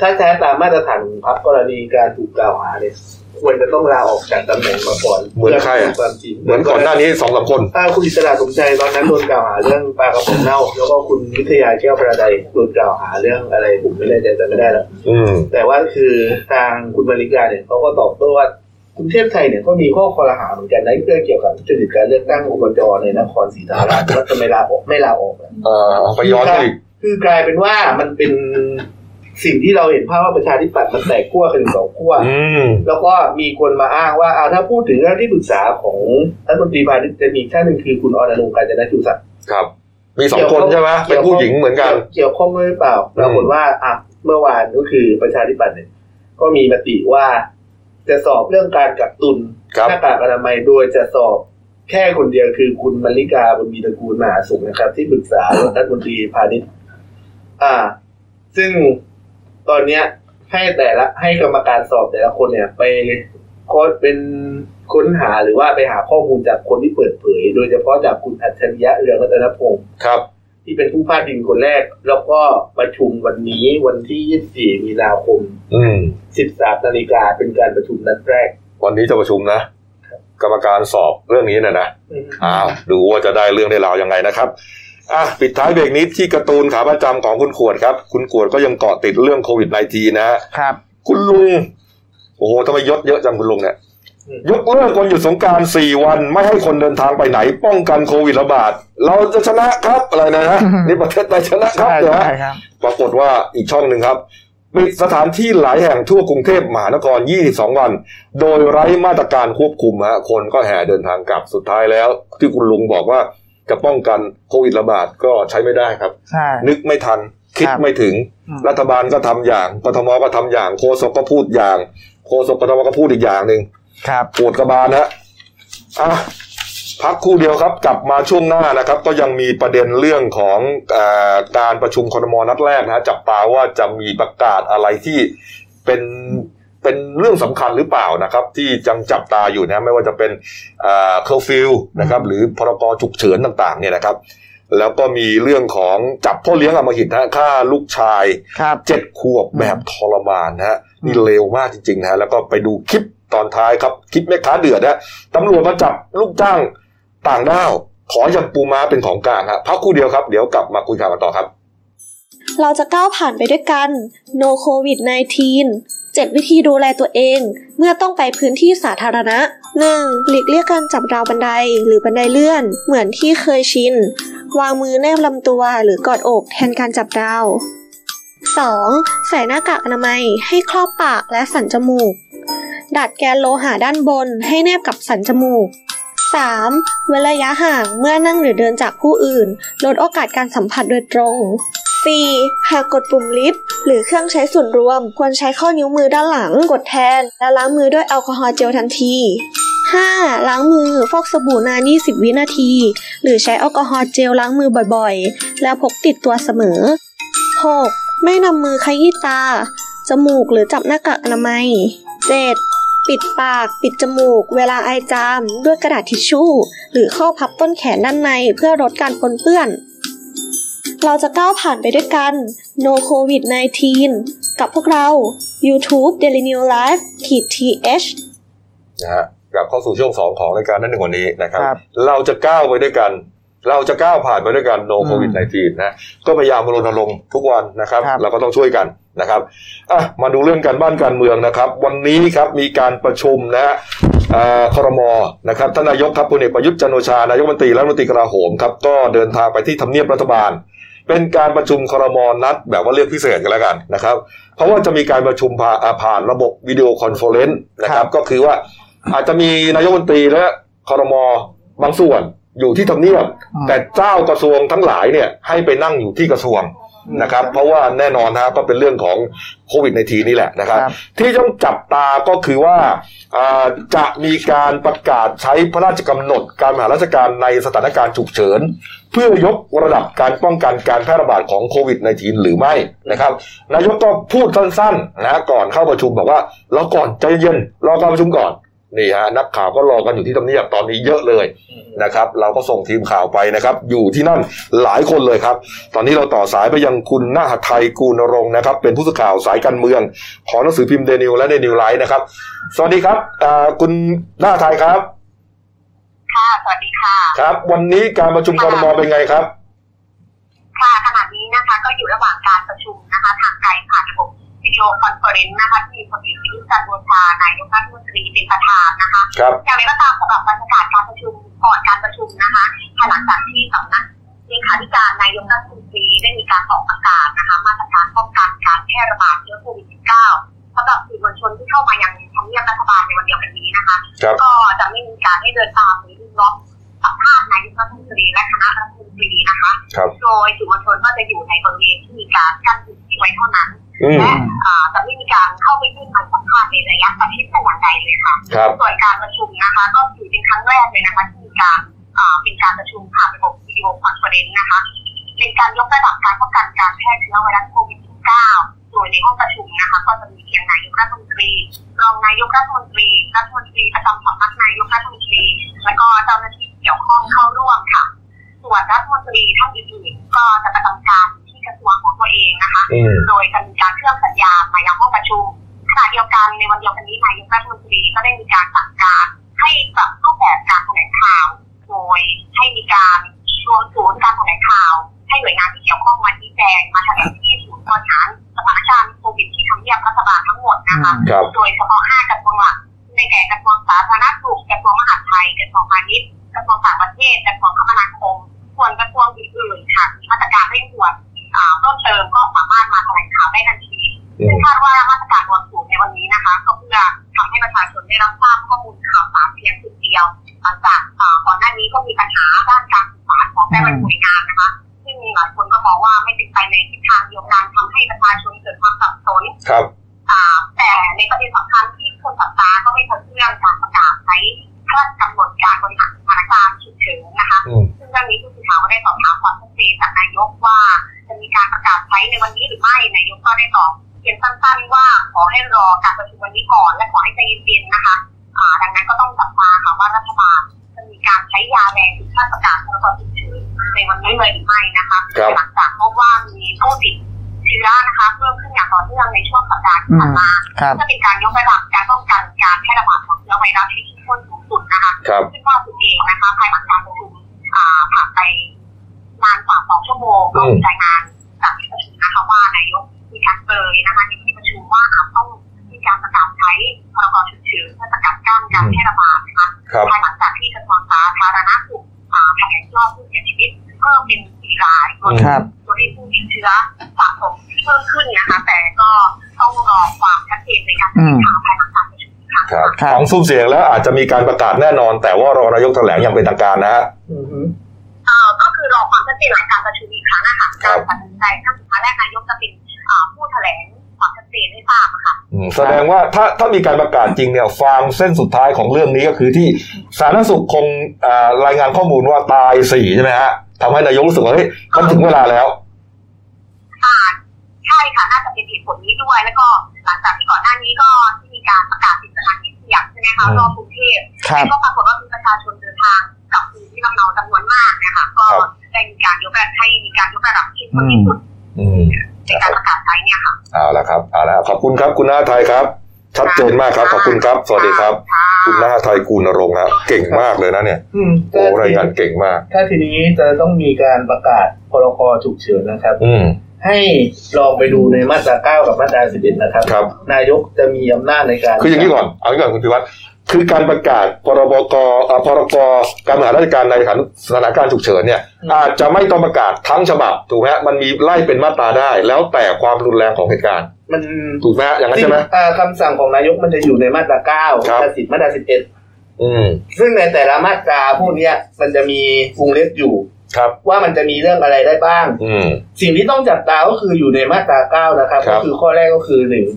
[SPEAKER 3] ถ้าแท้ตามมาตรฐานของพรรคกรณีการถูกกล่าวหาเนี่ยควรจะต้องลาออกจากตำแหน่งมาก่อน
[SPEAKER 1] เหมือนใครอะ
[SPEAKER 3] เพื่พิสูจความจริง
[SPEAKER 1] เหมือนก่อนหน้านี้สองสามคน
[SPEAKER 3] ถ้าคุณอิสระสมใจตอนนั้นโดนกล่าวหาเรื่องปลากระป๋องเน่า แล้วก็คุณวิทยาแก้วประไดโดนกล่าวหาเรื่องอะไรผมไม่แน่ใจแต่ไม่ได้แล้ว
[SPEAKER 1] อืม
[SPEAKER 3] แต่ว่าคือทางคุณมาริกาเนี่ยเขาก็ตอบโต้ว่าคุณเทพไทยเนี่ยก็มีข้อคอรหาเหมือนกันในเรื่องเกี่ยวกับจุดการเลือกตั้งอบจในนครศรีธรรมราชว่าจะไม่ลาออกไม่ลาออกอะ
[SPEAKER 1] เอ่อเอาไปย้อนดูอีก
[SPEAKER 3] คือกลายเป็นว่ามันเป็นสิ่งที่เราเห็นภาพว่าประชาธิปัตย์มันแตกขั้วกันอยู่สองขั้ว
[SPEAKER 1] อืม
[SPEAKER 3] แล้วก็มีคนมาอ้างว่าเอาถ้าพูดถึงเรื่องที่ปรึกษาของรัฐมนตรีพาณิชย์จะมีท่านหนึ่งคือคุณอรนงค์การจนะจุสัตย์
[SPEAKER 1] ครับ มีสองคนใช่ไหมเป็นผู้หญิงเหมือนกัน
[SPEAKER 3] เกี่ยวข้องด้วยหรือเปล่าปรากฏว่าอ่ะเมื่อวานก็คือประชาธิปัตย์เนี่ย ก็มีมติว่าจะสอบเรื่องการกักตุน
[SPEAKER 1] ครับ
[SPEAKER 3] หน้ากากอนามัยโดยจะสอบแค่คนเดียวคือคุณมลิกาบุญมีตระกูลมหาสุขนะครับ ที่ปรึกษารัฐมนตรีพาณิชย์อ่า ซึ่งตอนเนี้ยให้แต่ละให้กรรมการสอบแต่ละคนเนี่ย ไปค้นเป็นค้นหาหรือว่าไปหาข้อมูลจากคนที่เปิดเผย โดยเฉพาะจากคุณอัจฉริยะเรืองรัตนพงศ์
[SPEAKER 1] ครับ
[SPEAKER 3] ที่เป็นผู้พาดพิงคนแรก แล้วก็ประชุมวันนี้วันที่ 24 มีนาคม
[SPEAKER 1] อืม
[SPEAKER 3] 13 นาฬิกาเป็นการประชุมนัดแรก
[SPEAKER 1] วันนี้จะประชุมนะ กรรมการสอบเรื่องนี้เนี่ยนะ อ้าวดูว่าจะได้เรื่องได้ราวยังไงนะครับอ่ะปิดท้ายเบรกนี้ที่การ์ตูนขาประจำของคุณขวดครับ คุณขวดก็ยังเกาะติดเรื่องโควิด -19 นะฮะ
[SPEAKER 2] ครับ
[SPEAKER 1] คุณลุง โอ้โหทำไมยศเยอะจังคุณลุงเนี่ย
[SPEAKER 3] อืม
[SPEAKER 1] ยกเลิกวันหยุดสงกรารสี่วันไม่ให้คนเดินทางไปไหน ป้องกันโควิดระบาด เราจะชนะครับอะไรนะฮะ นี่ประเทศไทยชนะครับ
[SPEAKER 2] ใช่
[SPEAKER 1] เหรอฮะ
[SPEAKER 2] ใช่ครับ
[SPEAKER 1] ปรากฏว่าอีกช่องหนึ่งครับปิดสถานที่หลายแห่งทั่วกรุงเทพมหานคร 22 วัน โดยไร้มาตรการควบคุมฮะคนก็แห่เดินทางกลับสุดท้ายแล้ว ที่คุณลุงบอกว่าจะป้องกันโควิดระบาดก็ใช้ไม่ได้ครับ
[SPEAKER 2] ใช่
[SPEAKER 1] นึกไม่ทัน คิด
[SPEAKER 2] ครับ
[SPEAKER 1] ไม่ถึง
[SPEAKER 2] อืม
[SPEAKER 1] รัฐบาลก็ทำอย่างกทมก็ทำอย่างโฆษกก็พูดอย่างโฆษกกทมก็พูดอีกอย่างหนึ่ง
[SPEAKER 2] ครับ
[SPEAKER 1] ปวดกระบาลฮะอ่ะพักครู่เดียวครับ กลับมาช่วงหน้านะครับ ก็ยังมีประเด็นเรื่องของเออการประชุมครมนัดแรกนะฮะจับตาว่าจะมีประกาศอะไรที่เป็นเป็นเรื่องสำคัญหรือเปล่านะครับ ที่จังจับตาอยู่นะไม่ว่าจะเป็นเคอร์ฟิวนะครับหรือพรกฉุกเฉินต่างๆเนี่ยนะครับ แล้วก็มีเรื่องของจับพ่อเลี้ยงอำมหิตนะฮะฆ่าลูกชาย
[SPEAKER 2] ครับ
[SPEAKER 1] เจ็ดขวบแบบทรมานนะฮะนี่เลวมากจริงๆนะฮะแล้วก็ไปดูคลิปตอนท้ายครับ คลิปแม่ค้าเดือดนะฮะตำรวจมาจับลูกจ้างต่างด้าว ขอยำปูม้าเป็นของกลางฮะพักครู่เดียวครับ เดี๋ยวกลับมาคุยข่าวกันต่อครับ
[SPEAKER 5] เราจะก้าวผ่านไปด้วยกัน No COVID 19 7 วิธีดูแลตัวเอง เมื่อต้องไปพื้นที่สาธารณะ 1. หลีกเลี่ยงการจับราวบันไดหรือบันไดเลื่อน เหมือนที่เคยชิน วางมือแนบลำตัวหรือกอดอกแทนการจับราว 2. ใส่หน้ากากอนามัยให้ครอบปากและสันจมูก ดัดแกนโลหะด้านบนให้แนบกับสันจมูก 3. เว้นระยะห่างเมื่อนั่งหรือเดินจากผู้อื่น ลดโอกาสการสัมผัสโดยตรง 4. หากกดปุ่มลิฟต์หรือเครื่องใช้ส่วนรวม ควรใช้ข้อนิ้วมือด้านหลังกดแทน และล้างมือด้วยแอลกอฮอล์เจลทันที 5. ล้างมือฟอกสบู่นาน 20 วินาที หรือใช้แอลกอฮอล์เจลล้างมือบ่อยๆ แล้วพกติดตัวเสมอ 6. ไม่นำมือขยี้ตา จมูกหรือจับหน้ากากอนามัย 7. ปิดปาก ปิดจมูก เวลาไอจาม ด้วยกระดาษทิชชู่ หรือข้อพับต้นแขนด้านในเพื่อลดการปนเปื้อน เราจะก้าวผ่านไปด้วยกัน No COVID 19 กับพวกเรา YouTube Daily New Life ขีด th
[SPEAKER 1] นะฮะกลับเข้าสู่ช่วงสองของรายการนั่นหนึ่งวันนี้นะครับ
[SPEAKER 2] ครับ
[SPEAKER 1] เราจะก้าวไปด้วยกัน เราจะก้าวผ่านไปด้วยกันโน
[SPEAKER 2] อืม
[SPEAKER 1] โควิด -19 นะก็พยายามรณรงค์ทุกวันนะครับ
[SPEAKER 2] ครับ
[SPEAKER 1] เราก็ต้องช่วยกันนะครับอ่ะมาดูเรื่องการบ้านการเมืองนะครับ วันนี้ครับมีการประชุมนะฮะเอ่อครมนะครับท่านนายกครับพลเอกประยุทธ์จันทร์โอชานายกรัฐมนตรีและรัฐมนตรีกลาโหมครับก็เดินทางไปที่ทำเนียบรัฐบาล เป็นการประชุมครมนัดแบบว่าเรียกพิเศษกันแล้วกันนะครับ เพราะว่าจะมีการประชุมผ่าอ่าผ่านระบบวิดีโอคอนเฟอเรนซ์นะครับ ก็คือว่าอาจจะมีนายกรัฐมนตรีและครมบางส่วนอยู่ที่ทำเนียบ
[SPEAKER 2] อืม
[SPEAKER 1] แต่เจ้ากระทรวงทั้งหลายเนี่ยให้ไปนั่งอยู่ที่กระทรวงนะครับ เพราะว่าแน่นอนนะฮะก็เป็นเรื่องของโควิดในทีนี่แหละนะครับ
[SPEAKER 2] ครับ
[SPEAKER 1] ที่ต้องจับตาก็คือว่าอ่าจะมีการประกาศใช้พระราชกำหนดการมหาราชการในสถานการณ์ฉุกเฉิน เพื่อยกระดับการป้องกันการแพร่ระบาดของโควิด -19 หรือไม่นะครับนายกก็พูดสั้นๆนะก่อนเข้าประชุมบอกว่ารอก่อนใจเย็นรอการประชุมก่อนนี่ฮะนักข่าวก็รอกันอยู่ที่ทำเนียบตอนนี้เยอะเลยนะครับ เราก็ส่งทีมข่าวไปนะครับ อยู่ที่นั่นหลายคนเลยครับ ตอนนี้เราต่อสายไปยังคุณนาหไทยกูลนรงค์นะครับ เป็นผู้สื่อข่าวสายการเมือง ของหนังสือพิมพ์เดนิวและเดนิวไลท์นะครับ สวัสดีครับอ่าคุณหน้าไทยครับ
[SPEAKER 4] ค่ะ สวัสดีค่ะ
[SPEAKER 1] ครับ วันนี้การประชุมกรมเป็นไงครับ
[SPEAKER 4] ค่ะขณะนี้นะคะก็อยู่ระหว่างการประชุมนะคะทางไกลผ่านระบบวิดีโอคอนเฟอเรนซ์นะคะที่มีพลเอกประยุทธ์จันทร์โอชานายกรัฐมนตรีเป็นประธานนะคะ
[SPEAKER 1] ครับ
[SPEAKER 4] อย่างไรก็ตามสำหรับบรรยากาศการประชุมก่อนการประชุมนะคะภายหลังจากที่สำนักเลขาธิการนายกรัฐมนตรีได้มีการออกประกาศนะคะมาตรการป้องกันการแพร่ระบาดเชื้อโควิด -19 สำหรับสื่อมวลชนที่เข้ามายังทำเนียบรัฐบาลในวันเดียวกันนี้นะคะ
[SPEAKER 1] ครับ
[SPEAKER 4] ก็จะไม่มีการให้เดินตามหรือล็อกสัมภาษณ์นายกรัฐมนตรีและคณะรัฐมนตรีนะคะ
[SPEAKER 1] ครับ
[SPEAKER 4] โดยสื่อมวลชนก็จะอยู่ในบริเวณที่มีการกั้นพื้นที่ไว้เท่านั้น
[SPEAKER 1] อืม
[SPEAKER 4] และอ่าจะไม่มีการเข้าไปยื่นใบสัมภาษณ์ในระยะประชิดแต่อย่างใดเลยค่ะ
[SPEAKER 1] ครับ
[SPEAKER 4] ส่วนการประชุมนะคะ ก็ถือเป็นครั้งแรกเลยนะคะที่มีการอ่าเป็นการประชุมผ่านระบบวิดีโอคอนเฟอเรนซ์นะคะเป็นการยกระดับการป้องกันการแพร่เชื้อไวรัสโควิด -19 โดยในห้องประชุมนะคะ ก็จะมีเพียงนายกรัฐมนตรีรองนายกรัฐมนตรีรัฐมนตรีประจำสำนักนายกรัฐมนตรี และก็เจ้าหน้าที่เกี่ยวข้องเข้าร่วมค่ะ ส่วนรัฐมนตรีท่านอื่นๆก็จะประจำการที่กระทรวงของตัวเองนะคะ
[SPEAKER 1] อืม
[SPEAKER 4] โดยจะมีการเชื่อมสัญญาณมายังห้องประชุมขณะเดียวกันในวันเดียวกันนี้นายกรัฐมนตรีก็ได้มีการสั่งการให้ปรับรูปแบบการแถลงข่าว โดยให้มีการรวมศูนย์การแถลงข่าว ให้หน่วยงานที่เกี่ยวข้องมาชี้แจงมาแถลงที่ศูนย์บริหารสถานการณ์โควิดที่ทำเนียบรัฐบาลทั้งหมดนะคะ
[SPEAKER 1] ครับ
[SPEAKER 4] โดยเฉพาะ 5 กระทรวงหลักในแก่กระทรวงสาธารณสุข กระทรวงมหาดไทย กระทรวงพาณิชย์ กระทรวงต่างประเทศ กระทรวงคมนาคม ส่วนกระทรวงอื่นๆค่ะมีมาตรการเร่งด่วนอ่าเพิ่มเติมก็สามารถมาแถลงข่าวได้ทันที
[SPEAKER 1] อืม
[SPEAKER 4] ซึ่งคาดว่ามาตรการรวมศูนย์ในวันนี้นะคะ ก็เพื่อทำให้ประชาชนได้รับทราบข้อมูลข่าวสารเพียงจุดเดียวหลังจากอ่าก่อนหน้านี้ก็มีปัญหาด้านการสื่อสารของแต่ละหน่วยงานนะคะ ซึ่งหลายคนก็มองว่าไม่เป็นไปในทิศทางเดียวกันทำให้ประชาชนเกิดความสับสน
[SPEAKER 1] ครับ
[SPEAKER 4] อ่าแต่ในประเด็นสำคัญที่คนสัปดาห์ก็ไม่พ้นเรื่องการประกาศใช้พระราชกำหนดการบริหารสถานการณ์ฉุกเฉินนะคะ
[SPEAKER 1] อืม
[SPEAKER 4] ซึ่งเรื่องนี้ผู้สื่อข่าวก็ได้สอบถามความชัดเจนจากนายกว่าจะมีการประกาศใช้ในวันนี้หรือไม่นายกก็ได้ตอบเพียงสั้นๆว่าขอให้รอการประชุมวันนี้ก่อน และขอให้ใจเย็นๆนะคะอ่าดังนั้นก็ต้องจับตาค่ะว่ารัฐบาลจะมีการใช้ยาแรงถึงขั้นประกาศพรกฉุกเฉินในวันนี้เลยหรือไม่นะคะ
[SPEAKER 1] ครับ
[SPEAKER 4] หลังจากพบว่ามีผู้ติดเชื้อนะคะเพิ่มขึ้นอย่างต่อเนื่องในช่วงสัปดาห์ที่ผ่านมา
[SPEAKER 2] ครับ
[SPEAKER 4] จะเป็นการยกระดับการป้องกันการแพร่ระบาดของเชื้อไวรัสที่เข้มข้นสูงสุดนะคะ
[SPEAKER 1] ครับ
[SPEAKER 4] ซึ่งล่าสุดเองนะคะภายหลังการประชุมอ่าผ่านไปนานกว่าสองชั่วโมงก็มีรายงานจากที่ประชุมนะคะว่านายกมีการเปรยนะคะในที่ประชุมว่าอาจต้องมีการประกาศใช้พรกฉุกเฉินเพื่อสกัดกั้นการแพร่ระบาดนะคะ
[SPEAKER 1] ครับ
[SPEAKER 4] ภายหลังจากที่กระทรวงสาธารณสุขอ่าแถลงยอดผู้เสียชีวิตเพิ่มเป็นสี่รายรวม
[SPEAKER 2] ครับ
[SPEAKER 4] ตัวเลขผู้ติดเชื้อสะสมที่เพิ่มขึ้นนะคะ แต่ก็ต้องรอความชัดเจนในการแถลงข่าวภายหลังการประชุมค่ะ
[SPEAKER 1] ครับ
[SPEAKER 2] ครับ
[SPEAKER 1] ของซุ้มเสียงแล้วอาจจะมีการประกาศแน่นอน แต่ว่ารอนายกแถลงอย่างเป็นทางการนะฮะ
[SPEAKER 3] อือฮึ
[SPEAKER 4] เอ่อก็คือรอความชัดเจนหลังการประชุมอีกครั้งนะคะ
[SPEAKER 1] ครั
[SPEAKER 4] การ
[SPEAKER 1] บ
[SPEAKER 4] ตัดสินใจขั้นสุดท้ายแรกนายกจะเป็นเอ่อผู้แถลงความชัดเจนให้ทราบค่ะ
[SPEAKER 1] อืมแสดงว่าถ้าถ้ามีการประกาศจริงเนี่ยฟางเส้นสุดท้ายของเรื่องนี้ก็คือที่สาธารณสุขคงอ่ารายงานข้อมูลว่าตายสี่ใช่ไหมฮะทำให้นายกรู้สึกว่าเฮ้ยมันถึงเวลาแล้ว
[SPEAKER 4] ใช่ค่ะ น่าจะเป็นเหตุผลนี้ด้วย แล้วก็หลังจากที่ก่อนหน้านี้ก็ที่มีการประกาศปิดสถานที่เสี่ยงใช่ไหมคะรอบกรุงเทพ
[SPEAKER 2] ครับ
[SPEAKER 4] ก็ปรากฏว่ามีประชาชนเดินทางกลับภูมิลำเนาจำนวนมากนะคะก็
[SPEAKER 1] ครับ
[SPEAKER 4] ได้มีการยกระดับให้มีการยกระดับที่สุดที่สุด
[SPEAKER 1] อืม
[SPEAKER 4] ในการประกาศใช้เนี่ยค่ะ
[SPEAKER 1] เอาละครับเอาละขอบคุณครับคุณหน้าไทยครับ ชัดเจนมากครับ ขอบคุณครับ สวัสดีครับ คุณหน้าไทยกูลนรงค์ฮะเก่งมากเลยนะเนี่ย
[SPEAKER 3] อืม
[SPEAKER 1] โอ้รายงานเก่งมาก
[SPEAKER 3] ถ้าทีนี้จะต้องมีการประกาศพรกฉุกเฉินนะครับ
[SPEAKER 1] อืม
[SPEAKER 3] ให้ลองไปดูในมาตรา 9 กับมาตรา 11 นะครับ
[SPEAKER 1] ครับ
[SPEAKER 3] นายกจะมีอำนาจในการ
[SPEAKER 1] คืออย่างนี้ก่อน เอาอย่างนี้ก่อนคุณพิวัตร คือการประกาศพรบกเอ่อพรกการบริหารราชการในสถานสถานการณ์ฉุกเฉินเนี่ยอาจจะไม่ต้องประกาศทั้งฉบับถูกไหมฮะมันมีไล่เป็นมาตราได้ แล้วแต่ความรุนแรงของเหตุการณ์
[SPEAKER 3] มัน
[SPEAKER 1] ถูกไหมฮะอย่างนั้นใช่ไหม
[SPEAKER 3] จริงอ่าคำสั่งของนายกมันจะอยู่ในมาตราเก้า
[SPEAKER 1] ครับ
[SPEAKER 3] มาตราสิบมาตราสิบเอ็ด
[SPEAKER 1] อืม
[SPEAKER 3] ซึ่งในแต่ละมาตราพวกเนี้ย มันจะมีวงเล็บอยู่
[SPEAKER 1] ครับ
[SPEAKER 3] ว่ามันจะมีเรื่องอะไรได้บ้าง
[SPEAKER 1] อืม
[SPEAKER 3] สิ่งที่ต้องจับตาก็คืออยู่ในมาตราเก้านะครับ
[SPEAKER 1] ครั
[SPEAKER 3] ก็
[SPEAKER 1] บ
[SPEAKER 3] คือข้อแรกก็คือหนึ่ง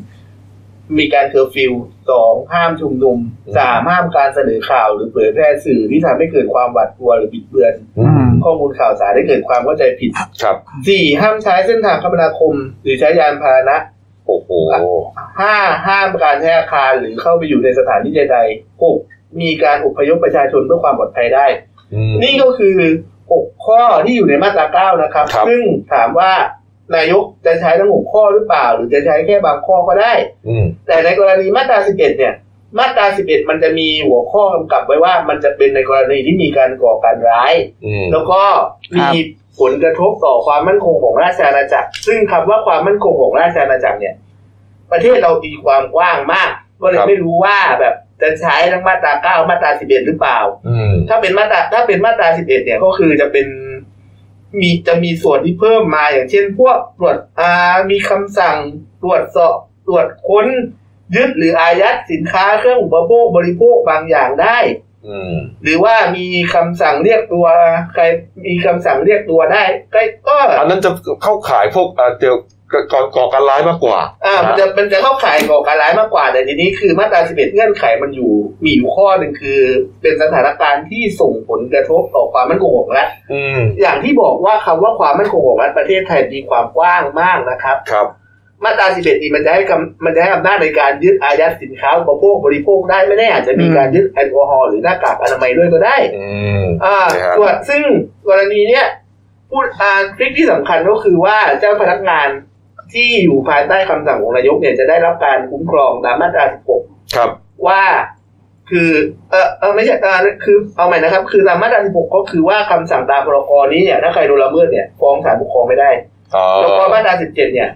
[SPEAKER 3] มีการเคอร์ฟิวสองห้ามชุมนุม
[SPEAKER 1] อืม
[SPEAKER 3] สามห้ามการเสนอข่าวหรือเผยแพร่สื่อที่ทำให้เกิดความหวาดกลัวหรือบิดเบือน
[SPEAKER 1] อืม
[SPEAKER 3] ข้อมูลข่าวสารได้เกิดความเข้าใจผิด
[SPEAKER 1] ครับ
[SPEAKER 3] สี่ห้ามใช้เส้นทางคมนาคม หรือใช้ยานพาหนะ
[SPEAKER 1] โอ้โห
[SPEAKER 3] ห้าห้ามการแท้อาคารหรือเข้าไปอยู่ในสถานที่ใดๆหกมีการอพยพประชาชนเพื่อความปลอดภัยได้
[SPEAKER 1] อืม
[SPEAKER 3] นี่ก็คือ 6 ข้อที่อยู่ในมาตราเก้านะครับ
[SPEAKER 1] ครับ
[SPEAKER 3] ซึ่งถามว่านายกจะใช้ทั้ง 6 ข้อหรือเปล่า หรือจะใช้แค่บางข้อก็ได้
[SPEAKER 1] อืม
[SPEAKER 3] แต่ในกรณีมาตรา 11 เนี่ย มาตรา 11 มันจะมีหัวข้อกำกับไว้ว่า มันจะเป็นในกรณีที่มีการก่อการร้าย
[SPEAKER 1] อืม
[SPEAKER 3] แล้วก็มีผลกระทบต่อความมั่นคงของราชอาณาจักร ซึ่งคำว่าความมั่นคงของราชอาณาจักรเนี่ย ประเทศเราตีความกว้างมาก ก็เลยไม่รู้ว่าแบบจะใช้ทั้งมาตราเก้ามาตรา 11 หรือเปล่า
[SPEAKER 1] อืม
[SPEAKER 3] ถ้าเป็นมาตราถ้าเป็นมาตรา 11 เนี่ยก็คือจะเป็นมีจะมีส่วนที่เพิ่มมาอย่างเช่น พวกตรวจอ่ามีคำสั่งตรวจสอบตรวจค้น ยึดหรืออายัดสินค้าเครื่องอุปโภคบริโภคบางอย่างได้
[SPEAKER 1] อืม
[SPEAKER 3] หรือว่ามีคำสั่งเรียกตัวใครมีคำสั่งเรียกตัวได้ก็ก็
[SPEAKER 1] อันนั้นจะเข้าขายพวกเอ่อเกี่ยวกับก่อก่อการร้ายมากกว่า
[SPEAKER 3] อ่ามันจะมันจะเข้าข่ายก่อการร้ายมากกว่า แต่ทีนี้คือมาตรา 11 เงื่อนไขมันอยู่มีอยู่ข้อหนึ่งคือ เป็นสถานการณ์ที่ส่งผลกระทบต่อความมั่นคงของรัฐ
[SPEAKER 1] อืม
[SPEAKER 3] อย่างที่บอกว่าคำว่าความมั่นคงของรัฐประเทศไทยมีความกว้างมากนะครับ
[SPEAKER 1] ครับ
[SPEAKER 3] มาตรา 11นี่มันจะให้คำมันจะให้อำนาจในการยึดอายัดสินค้าอุปโภคบริโภคได้ไม่แน่อาจจะมีการยึดแอลกอฮอล์หรือหน้ากากอนามัยด้วยก็ได้
[SPEAKER 1] อืม
[SPEAKER 3] อ่า
[SPEAKER 1] ใช่ครับ
[SPEAKER 3] ส่วนซึ่งกรณีเนี้ยพูดอ่าทริคที่สำคัญก็คือว่าเจ้าพนักงานที่อยู่ภายใต้คำสั่งของนายกเนี่ยจะได้รับการคุ้มครองตามมาตรา 16
[SPEAKER 1] ครับ
[SPEAKER 3] ว่าคือเออเออไม่ใช่เออคือเอาใหม่นะครับ คือตามมาตรา 16 ก็คือว่าคำสั่งตามพรกนี้เนี่ยถ้าใครโดนละเมิดเนี่ยฟ้องศาลปกครองไม่ได้
[SPEAKER 1] อ๋อ
[SPEAKER 3] แล้วก็มาตรา 17 เนี่ย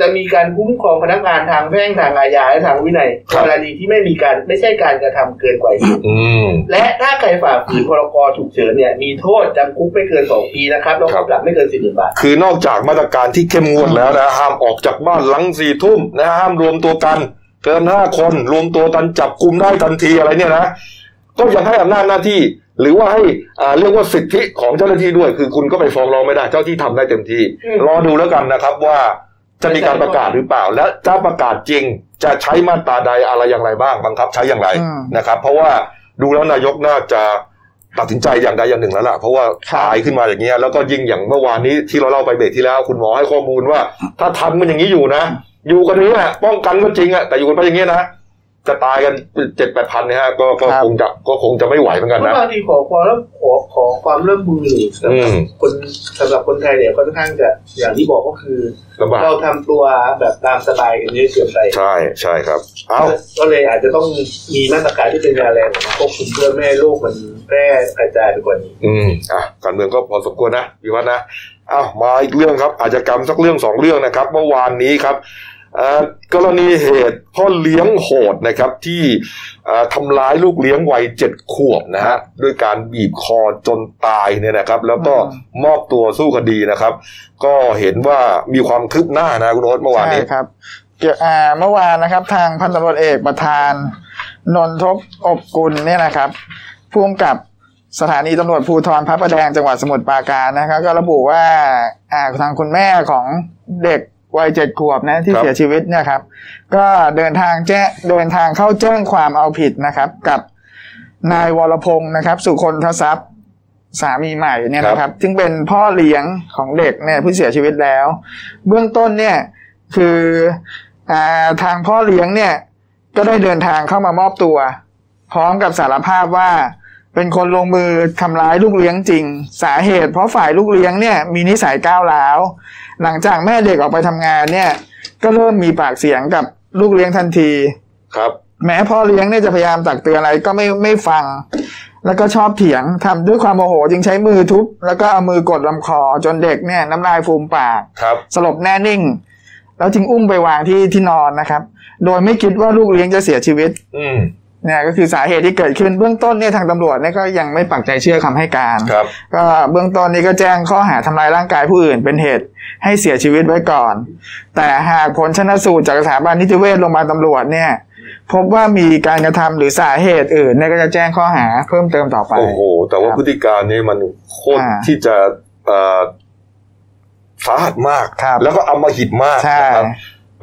[SPEAKER 3] จะมีการคุ้มครองพนักงานทางแพ่งทางอาญาและทางวินัย
[SPEAKER 1] ครับ
[SPEAKER 3] กรณีที่ไม่มีการไม่ใช่การกระทำเกินกว่าเหตุ
[SPEAKER 1] อืม
[SPEAKER 3] และถ้าใครฝ่าฝืนพรกฉุกเฉินเนี่ยมีโทษจำคุกไม่เกิน 2 ปีนะครับแล้ว
[SPEAKER 1] ครั
[SPEAKER 3] ก็
[SPEAKER 1] บ
[SPEAKER 3] ปรับไม่เกิน 10หมื่นบาท
[SPEAKER 1] คือนอกจากมาตรการที่เข้มงวดแล้วนะห้ามออกจากบ้านหลังสี่ทุ่มนะห้ามรวมตัวกัน เกินห้าคนรวมตัวกันจับกลุ่มได้ทันทีอะไรเนี่ยนะก็ยังให้อำนาจหน้าที่ หรือว่าให้อ่าเรียกว่าสิทธิของเจ้าหน้าที่ด้วย คือคุณก็ไปฟ้องร้องไม่ได้เจ้าที่ทำได้เต็มที่
[SPEAKER 3] อืม
[SPEAKER 1] รอดูแล้วกันนะครับว่าจะมีการประกาศหรือเปล่า และถ้าประกาศจริงจะใช้มาตราใดอะไรอย่างไรบ้างบังคับ ใช้อย่างไร
[SPEAKER 2] อืม
[SPEAKER 1] นะครับ เพราะว่าดูแล้วนายกน่าจะ ตัดสินใจอย่างใดอย่างหนึ่งแล้วล่ะ เพราะว่า
[SPEAKER 2] ครับ
[SPEAKER 1] ตายขึ้นมาอย่างเงี้ยแล้วก็ยิ่งอย่างเมื่อวานนี้ที่เราเล่าไปเบรกที่แล้ว คุณหมอให้ข้อมูลว่า ถ้าทำกันอย่างนี้อยู่นะ อยู่กันนี้แหละป้องกันก็จริงอะแต่อยู่กันไปอย่างเงี้ยนะจะตายกันเจ็ดแปดพันนะฮะก็ก็
[SPEAKER 2] ครับ
[SPEAKER 1] คงจะก็คงจะไม่ไหวเหมือนกัน
[SPEAKER 3] เพราะ
[SPEAKER 1] นะ
[SPEAKER 3] บางทีขอความร่วมขอขอความร่วมมือสำหรับ
[SPEAKER 1] อืม
[SPEAKER 3] คนสำหรับคนไทยเนี่ยค่อนข้างจะอย่างที่บอกก็คือ
[SPEAKER 1] ลำบาก
[SPEAKER 3] เราทำตัวแบบตามสบายกันเยอะเกินไป
[SPEAKER 1] ใช่ใช่ครับ เอา
[SPEAKER 3] ก็เลยอาจจะต้องมีมาตรการที่เป็นยาแรงออกมาควบคุมเพื่อไม่ให้โรคมันแพร่กระจายไปกว่านี้
[SPEAKER 1] อืมอ่ะการเมืองก็พอสมควรนะพี่วัฒน์นะเอามาอีกเรื่องครับ อาชญากรรมสักเรื่องสองเรื่องนะครับ เมื่อวานนี้ครับเอ่อกรณีเหตุพ่อเลี้ยงโหดนะครับที่ เอ่อทำร้ายลูกเลี้ยงวัยเจ็ดขวบนะฮะด้วยการบีบคอจนตายเนี่ยนะครับ แล้วก็
[SPEAKER 2] อืม
[SPEAKER 1] มอบตัวสู้คดีนะครับ ก็เห็นว่ามีความคืบหน้านะคุณโรสเมื่อวานนี้
[SPEAKER 2] ใช่ครับเกี่ยวอ่าเมื่อวานนะครับ ทางพันตำรวจเอกประธาน นนทบอบกุลเนี่ยนะครับผู้กำกับสถานีตำรวจภูธรพระประแดงจังหวัดสมุทรปราการนะครับ ก็ระบุว่าอ่าทางคุณแม่ของเด็กวัยเจ็ดขวบนะที่
[SPEAKER 1] ครับ
[SPEAKER 2] เสียชีวิตเนี่ยครับ ก็เดินทางแจ้งเดินทางเข้าแจ้งความเอาผิดนะครับ กับนายวรพงศ์นะครับ สุคนททรัพย์สามีใหม่เนี่ยนะครับ ซึ่งเป็นพ่อเลี้ยงของเด็กเนี่ยผู้เสียชีวิตแล้ว เบื้องต้นเนี่ยคืออาทางพ่อเลี้ยงเนี่ยก็ได้เดินทางเข้ามามอบตัว พร้อมกับสารภาพว่าเป็นคนลงมือทำร้ายลูกเลี้ยงจริง สาเหตุ เพราะฝ่ายลูกเลี้ยงเนี่ยมีนิสัยก้าวร้าว หลังจากแม่เด็กออกไปทำงานเนี่ยก็เริ่มมีปากเสียงกับลูกเลี้ยงทันที
[SPEAKER 1] ครับ
[SPEAKER 2] แม้พ่อเลี้ยงเนี่ยจะพยายามตักเตือนอะไรก็ไม่ไม่ฟัง แล้วก็ชอบเถียงทำด้วยความโมโหจึงใช้มือทุบแล้วก็เอามือกดลำคอจนเด็กเนี่ยน้ำลายฟูมปาก
[SPEAKER 1] ครับ
[SPEAKER 2] สลบแน่นิ่ง แล้วจึงอุ้มไปวางที่ที่นอนนะครับ โดยไม่คิดว่าลูกเลี้ยงจะเสียชีวิต
[SPEAKER 1] อืม
[SPEAKER 2] เนี่ยก็คือสาเหตุที่เกิดขึ้นเบื้องต้นเนี่ยทางตำรวจเนี่ยก็ยังไม่ปักใจเชื่อคำให้การ
[SPEAKER 1] ครับ
[SPEAKER 2] ก็เบื้องต้นนี้ก็แจ้งข้อหาทำลายร่างกายผู้อื่น เป็นเหตุให้เสียชีวิตไว้ก่อน แต่หากผลชนสูตรจากสถาบันนิติเวชโรงพยาบาลตำรวจเนี่ย พบว่ามีการกระทำหรือสาเหตุอื่นเนี่ยก็จะแจ้งข้อหาเพิ่มเติมต่อไป
[SPEAKER 1] โอ้โห แต่ว่า
[SPEAKER 2] ครับ
[SPEAKER 1] พฤติการนี้มันโคตร
[SPEAKER 2] อ่า
[SPEAKER 1] ที่จะเอ่อสาหัสมาก
[SPEAKER 2] ครับ
[SPEAKER 1] แล้วก็เอามาหิดมาก
[SPEAKER 2] ใช่
[SPEAKER 1] นะครับ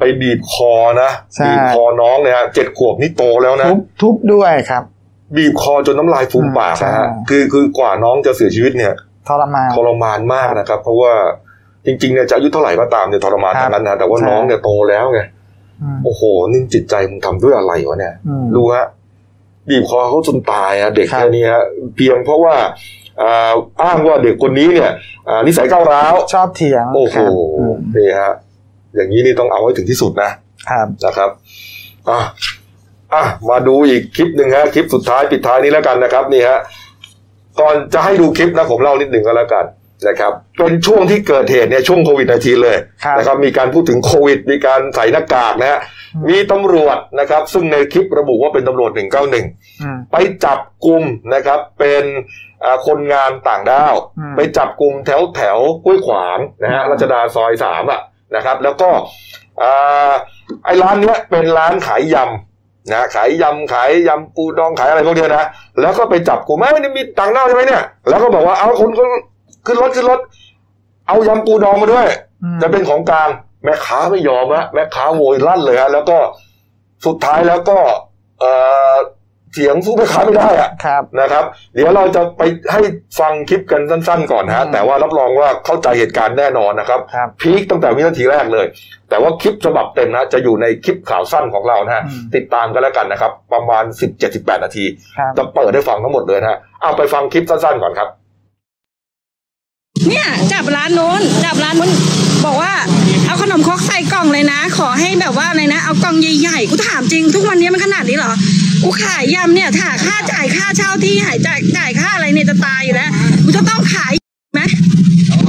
[SPEAKER 1] ไปบีบคอนะ
[SPEAKER 2] ใช่
[SPEAKER 1] บีบคอน้องเนี่ยฮะเจ็ดขวบนี่โตแล้วนะ
[SPEAKER 2] ทุบทุบด้วยครับ
[SPEAKER 1] บีบคอจนน้ำลายฟูมปากนะฮะ
[SPEAKER 2] ใช่
[SPEAKER 1] คือคือกว่าน้องจะเสียชีวิตเนี่ย
[SPEAKER 2] ทรมาน
[SPEAKER 1] ทรมานมากนะครับ เพราะว่าจริงๆเนี่ยจะอายุเท่าไหร่ก็ตามเนี่ยทรมาน
[SPEAKER 2] ครับ
[SPEAKER 1] ทั้งนั้นนะแต่ว่า
[SPEAKER 2] ใช่
[SPEAKER 1] น้องเนี่ยโตแล้วไง
[SPEAKER 2] อืม
[SPEAKER 1] โอ้โหนี่จิตใจมึงทำด้วยอะไรวะเนี่ย
[SPEAKER 2] อืม
[SPEAKER 1] ดูฮะบีบคอเขาจนตายอะเด็ก
[SPEAKER 2] ครับ
[SPEAKER 1] แค่นี้ฮะเพียงเพราะว่าอ่าอ้างว่าเด็กคนนี้เนี่ยอ่านิสัยก้าวร้าว
[SPEAKER 2] ชอบเถียง
[SPEAKER 1] โอ้โห
[SPEAKER 2] ครับอืม
[SPEAKER 1] นี่ฮะอย่างนี้นี่ต้องเอาให้ถึงที่สุดนะ
[SPEAKER 2] ครับ
[SPEAKER 1] นะครับอ่ะอ่ะ มาดูอีกคลิปหนึ่งฮะ คลิปสุดท้ายปิดท้ายนี้แล้วกันนะครับ นี่ฮะ ก่อนจะให้ดูคลิปนะผมเล่านิดหนึ่งก็แล้วกันนะครับ เป็นช่วงที่เกิดเหตุเนี่ยช่วงโควิดนาทีเลย
[SPEAKER 2] ครับ
[SPEAKER 1] นะครับ มีการพูดถึงโควิด มีการใส่หน้ากากนะฮะ
[SPEAKER 2] อืม
[SPEAKER 1] มีตำรวจนะครับ ซึ่งในคลิประบุว่าเป็นตำรวจ 191
[SPEAKER 2] อืม
[SPEAKER 1] ไปจับกลุ่มนะครับเป็นอ่าคนงานต่างด้าว
[SPEAKER 2] อืม
[SPEAKER 1] ไปจับกลุ่มแถวแถวห้วยขวางนะฮะ
[SPEAKER 2] อืม
[SPEAKER 1] รัชดาซอยสามอ่ะนะครับ แล้วก็อ่าไอ้ร้านเนี้ยเป็นร้านขายยำนะขายยำขายยำปูดองขายอะไรพวกเนี้ยนะแล้วก็ไปจับกลุ่มแม่ไม่ได้มีต่างด้าวใช่ไหมเนี่ย แล้วก็บอกว่าเอาคนก็ขึ้นรถขึ้นรถ เอายำปูดองมาด้วย
[SPEAKER 2] อืม
[SPEAKER 1] จะเป็นของกลางแม่ค้าไม่ยอมฮะแม่ค้าโวยลั่นเลยฮะแล้วก็สุดท้ายแล้วก็เอ่อ เถียงสู้แม่ค้าไม่ได้อะ
[SPEAKER 2] ครับ
[SPEAKER 1] นะครับ เดี๋ยวเราจะไปให้ฟังคลิปกันสั้นๆก่อนฮะ
[SPEAKER 2] อืม
[SPEAKER 1] แต่ว่ารับรองว่าเข้าใจเหตุการณ์แน่นอนนะครับ
[SPEAKER 2] ครับ
[SPEAKER 1] พีคตั้งแต่วินาทีแรกเลย แต่ว่าคลิปฉบับเต็มนะจะอยู่ในคลิปข่าวสั้นของเรานะฮะ
[SPEAKER 2] อืม
[SPEAKER 1] ติดตามกันแล้วกันนะครับ ประมาณ 17-18 นาที
[SPEAKER 2] ครับ
[SPEAKER 1] จะเปิดให้ฟังทั้งหมดเลยนะฮะเอาไปฟังคลิปสั้นๆก่อนครับ
[SPEAKER 6] เนี่ยจับร้านโน้นจับร้านโน้นบอกว่าเอาขนมครกใส่กล่องเลยนะ ขอให้แบบว่าอะไรนะเอากล่องใหญ่ๆกูถามจริง ทุกวันนี้มันขนาดนี้เหรอกูขายยำเนี่ยถ้าค่าจ่ายค่าเช่าที่หายจ่ายจ่ายค่าอะไรเนี่ยจะตายอยู่แล้วกูจะต้องขายไหม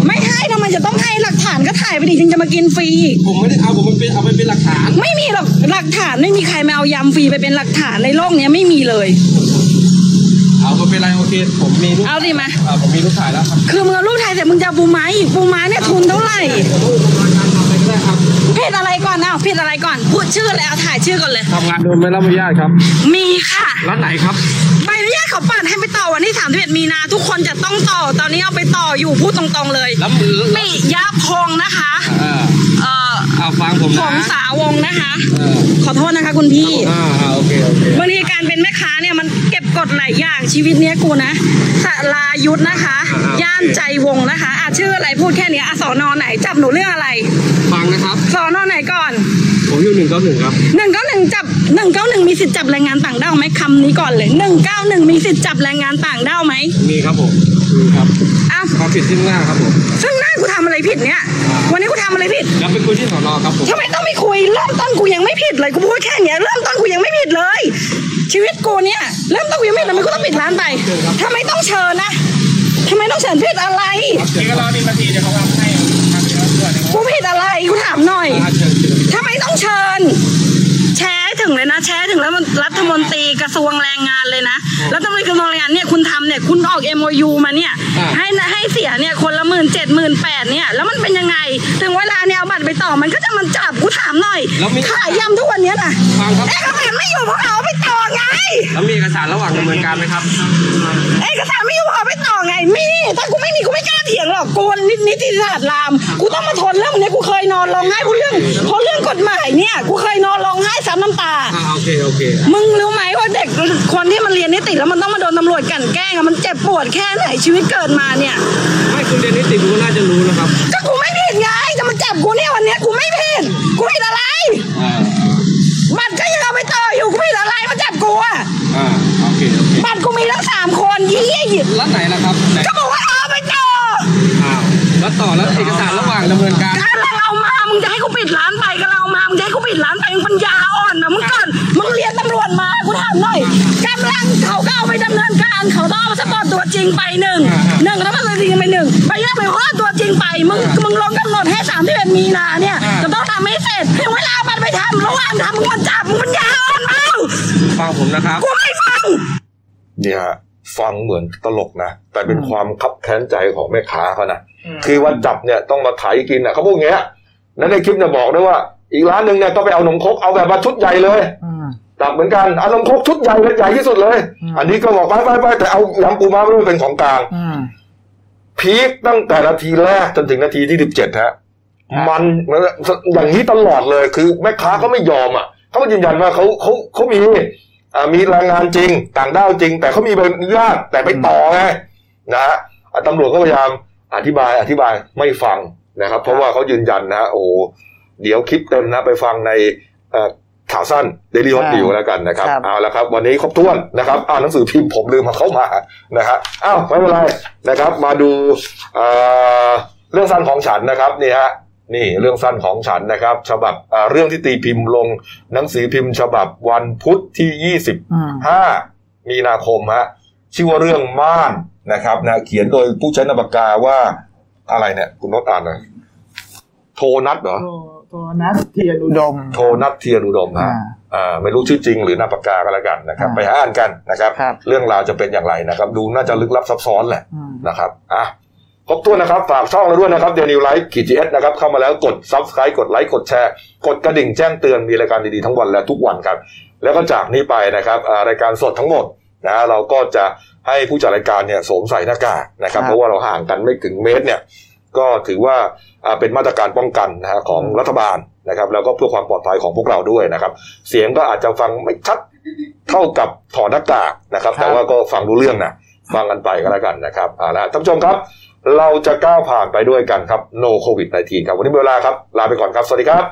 [SPEAKER 6] ไม่ให้ทำไมจะต้องให้หลักฐานก็ถ่ายไปดิจึงจะมากินฟรีอีก
[SPEAKER 7] ผมไม่ได้เอาผมมันเป็นเอาไปเป็นหลักฐาน
[SPEAKER 6] ไม่มีหรอกหลักฐานไม่มีใครมาเอายำฟรีไปเป็นหลักฐานในโลกเนี้ยไม่มีเลย
[SPEAKER 7] เอามาเป็นไรโอเค ผมมีรูป
[SPEAKER 6] เอาดิมา
[SPEAKER 7] อ่าผมมีรูปถ่ายแล้วครับ
[SPEAKER 6] คือมึงเอาลูกไทยแต่มึงจะเอาปูม้าอีกปูม้าเนี่ยทุนเท่าไหร่
[SPEAKER 7] ทำอะไรก็ได้ครับ
[SPEAKER 6] ผิดอะไรก่อนอ้าวผิดอะไรก่อน พูดชื่อเลยเอาถ่ายชื่อก่อนเลย
[SPEAKER 7] ทำงานโดยไม่รับอนุญาตครับ
[SPEAKER 6] มีค่ะ
[SPEAKER 7] ร้านไหนครับ
[SPEAKER 6] ใบอนุญาตเขาเปิดให้ไปต่อวันที่31มีนาทุกคนจะต้องต่อ ตอนนี้เอาไปต่ออยู่พูดตรงๆเลย
[SPEAKER 7] แล้วมือ
[SPEAKER 6] มิยาพงษ์นะคะ
[SPEAKER 7] เออ
[SPEAKER 6] เอ่อ
[SPEAKER 7] เอาฟังผม
[SPEAKER 6] พ
[SPEAKER 7] นะ
[SPEAKER 6] งสาวงศ์นะคะ
[SPEAKER 7] เออ
[SPEAKER 6] ขอโทษนะคะคุณพี่
[SPEAKER 7] อ่าอ่าโอเคโอเค
[SPEAKER 6] บางทีการเป็นแม่ค้าเนี่ยมันเก็บกดหลายอย่างชีวิตเนี้ยกูนะสรายุทธนะคะ ย่านใจวงศ์นะคะอ่ะชื่ออะไรพูดแค่เนี้ยอ่ะสอนอไหนจับหนูเรื่องอะไร
[SPEAKER 7] ฟังนะครับ
[SPEAKER 6] สอนอไหนก่อน
[SPEAKER 7] ผมอยู่หนึ่งเก้าหนึ่งครับ
[SPEAKER 6] หนึ่งเก้าหนึ่งจับหนึ่งเก้าหนึ่งมีสิทธิ์จับแรงงานต่างด้าวไหมคำนี้ก่อนเลยหนึ่งเก้าหนึ่งมีสิทธิ์จับแรงงานต่างด้าวไหม
[SPEAKER 7] มีครับผม มีครับ
[SPEAKER 6] อ้าว
[SPEAKER 7] ความผิดซึ่งหน้าครับผม
[SPEAKER 6] ซึ่งหน้ากูทำอะไรผิดเนี่ย วันนี้กูทำอะไรผิด
[SPEAKER 7] แล้วไปคุยที่สอนอครับผม
[SPEAKER 6] ทำไมต้องไม่คุยเริ่มต้นกูยังไม่ผิดเลยกูพูดแค่อย่างเงี้ยเริ่มต้นกูยังไม่ผิดเลย ชีวิตกูเนี่ยเริ่มต้นกูยังไม่ผิดเลยมันกูต้องปิดร้านไปทำไมต้องเชิญนะทำไมต้องเชิญผิดอะไรกูผิดอะไรกูถามหน่อย ทำไมต้องเชิญ แชร์ให้ถึงเลยนะ แชร์ให้ถึงแล้วมันรัฐมนตรีกระทรวงแรงงานเลยนะรัฐมนตรีกระทรวงแรงงานเนี่ยคุณทำเนี่ยคุณออก MOU มาเนี่ย
[SPEAKER 7] อ่า
[SPEAKER 6] ให้ให้เสียเนี่ยคนละหมื่นเจ็ดหมื่นแปดเนี่ยแล้วมันเป็นยังไง ถึงเวลาเนี่ยเอาบัตรไปต่อมันก็จะมันจับกูถามหน่อย
[SPEAKER 7] แล้วมี
[SPEAKER 6] ขายยำทุกวันเนี้ยนะ
[SPEAKER 7] ฟังครับ
[SPEAKER 6] เอ๊ะเขาเห็นไม่อยู่เพราะเขาเอาไปต่อ
[SPEAKER 7] [laughs]
[SPEAKER 6] ไง
[SPEAKER 7] แล้วมีเอกสารระหว่างดำเนินการไหมครับ
[SPEAKER 6] เอกสารไม่อยู่ขอไปต่อไงมีถ้ากูไม่มีกูไม่กล้าเถียงหรอกกูนินิติศาสตร์ราม กูต้องมาทนเรื่องนี้กูเคยนอนร้องไห้กูเรื่องเพราะเรื่องกฎหมายเนี่ย กูเคยนอนร้องไห้ซ้ำน้ำตา
[SPEAKER 7] อ่าโอเคโอเค
[SPEAKER 6] มึงรู้ไหมว่าเด็กคนที่มันเรียนนิติแล้วมันต้องมาโดนตำรวจกลันแกล้งอะมันเจ็บปวดแค่ไหนชีวิตเกิดมาเนี่ย
[SPEAKER 7] ไม่คุณเรียนนิติคุณก็น่าจะรู้นะครับ
[SPEAKER 6] ก็กูไม่ผิดไงจะมาจับกูเนี่ยวันเนี้ยกูไม่ผิดกูผิดอะไร
[SPEAKER 7] อ่า
[SPEAKER 6] บัตรก็ยังเอาไปต่ออยู่กูผิดอะไรมาจับกูอะ
[SPEAKER 7] อ่า โอเคโอเค
[SPEAKER 6] บัตรกูมีทั้งสามคนยี่ยี่หยิบ
[SPEAKER 7] ร้านไหนล่ะครับไหน
[SPEAKER 6] ก็บอกว่าเอาไปต่อ
[SPEAKER 7] อ้าวแล้วต่อแล้วเอกสารระหว่างดำเนินการ
[SPEAKER 6] กำลังเอามา มึงจะให้กูปิดร้านไปกำลังเอามา มึงจะให้กูปิดร้านไปมึงปัญญาอ่อนนะมึงเกินมึงเรียนตำรวจมา กูถามหน่อยกำลังเขาก็เอาไปดำเนินการ เขาต้องเอาสปอร์ตตัวจริงไปหนึ่ง หนึ่งแล้วมันตัวจริงไปหนึ่ง ไปแยกไปข้อตัวจริงไป มึง มึงลงกำหนดให้สามที่เป็นมีนาเนี่ย จะต้องทำให้เสร็จถึงเวลามันไปทำระหว่างทำมึงมันจับ มึงปัญญาอ่อนเปล่า
[SPEAKER 7] ฟังผมนะครับ
[SPEAKER 6] กูไม่ฟัง
[SPEAKER 1] เนี่ยฟังเหมือนตลกนะ แต่เป็น
[SPEAKER 2] อืม
[SPEAKER 1] ความคับแค้นใจของแม่ค้าเขานะ
[SPEAKER 2] อืม
[SPEAKER 1] คือวันจับเนี่ยต้องมาไถกินอ่ะเขาพูดอย่างเงี้ยนั้นในคลิปเนี่ยบอกด้วยว่า อีกร้านหนึ่งเนี่ยต้องไปเอานมครกเอาแบบมาชุดใหญ่เลย จับเหมือนกันเอานมครกชุดใหญ่เลยใหญ่ที่สุดเลย
[SPEAKER 2] อืม
[SPEAKER 1] อันนี้ก็บอกไปไปไปแต่เอายำปูม้าไม่ได้เป็นของกลาง
[SPEAKER 2] อืม
[SPEAKER 1] พีคตั้งแต่นาทีแรกจนถึงนาทีที่สิบเจ็ดฮะ
[SPEAKER 2] ครับ
[SPEAKER 1] มันอย่างนี้ตลอดเลยคือแม่ค้าเขาไม่ยอมอ่ะเขาก็ยืนยันว่าเขาเขาเขามีอ่ามีแรงงานจริง ต่างด้าวจริง แต่เขามีใบอนุญาตแต่ไปต่อไงนะฮะอ่ะตำรวจก็พยายามอธิบายอธิบายไม่ฟังนะครับ เพราะว่าเขายืนยันนะฮะโอ้โหเดี๋ยวคลิปเต็มนะไปฟังในเอ่อข่าวสั้นเดลี่ฮอตดิวแล้วกันนะครับ
[SPEAKER 2] ครับ
[SPEAKER 1] เอาละครับ วันนี้ครบถ้วนนะครับอ่านหนังสือพิมพ์ผมลืมมาเข้ามานะฮะอ้าวไม่เป็นไรนะครับ มาดูเอ่อเรื่องสั้นของฉันนะครับนี่ฮะนี่เรื่องสั้นของฉันนะครับ ฉบับเอ่อเรื่องที่ตีพิมพ์ลงหนังสือพิมพ์ ฉบับวันพุธที่
[SPEAKER 2] อืม
[SPEAKER 1] 25 มีนาคมฮะชื่อว่าเรื่องม่านนะครับนะเขียนโดยผู้ใช้นามปากกาว่าอะไรเนี่ยคุณโนตอ่านหน่อยโทนัทเหรอ
[SPEAKER 2] โทโทนัสเทียนอุดม
[SPEAKER 1] โทนัทเทียนอุดมฮะ
[SPEAKER 2] อ่า
[SPEAKER 1] อ่าไม่รู้ชื่อจริงหรือนามปากกาก็แล้วกันนะครับ
[SPEAKER 2] อ่า
[SPEAKER 1] ไปหาอ่านกันนะครับ
[SPEAKER 2] ครับ
[SPEAKER 1] เรื่องราวจะเป็นอย่างไรนะครับ ดูน่าจะลึกลับซับซ้อนแหละ
[SPEAKER 2] อืม
[SPEAKER 1] นะครับอ่ะครบถ้วนนะครับฝากช่องเราด้วยนะครับเดนิวไลฟ์ขีดจีเอสนะครับเข้ามาแล้วกดซับสไครต์กดไลค์กดแชร์กดกระดิ่งแจ้งเตือนมีรายการดีๆทั้งวันและทุกวันครับ แล้วก็จากนี้ไปนะครับอ่ารายการสดทั้งหมดนะเราก็จะให้ผู้จัดรายการเนี่ยสวมใส่หน้ากากนะครับ
[SPEAKER 2] ครับ
[SPEAKER 1] เพราะว่าเราห่างกันไม่ถึงเมตรเนี่ย ก็ถือว่าอ่าเป็นมาตรการป้องกันนะฮะของรัฐบาลนะครับ แล้วก็เพื่อความปลอดภัยของพวกเราด้วยนะครับ เสียงก็อาจจะฟังไม่ชัดเท่ากับถอดหน้ากากนะครับ แต่ว่าก็ฟังรู้เรื่องนะฟังกันไปก็แล้วกันนะครับเอาละท่านผู้ชมครับ เราจะก้าวผ่านไปด้วยกันครับ no covid 19ครับวันนี้เวลาครับ ลาไปก่อนครับ สวัสดีครับ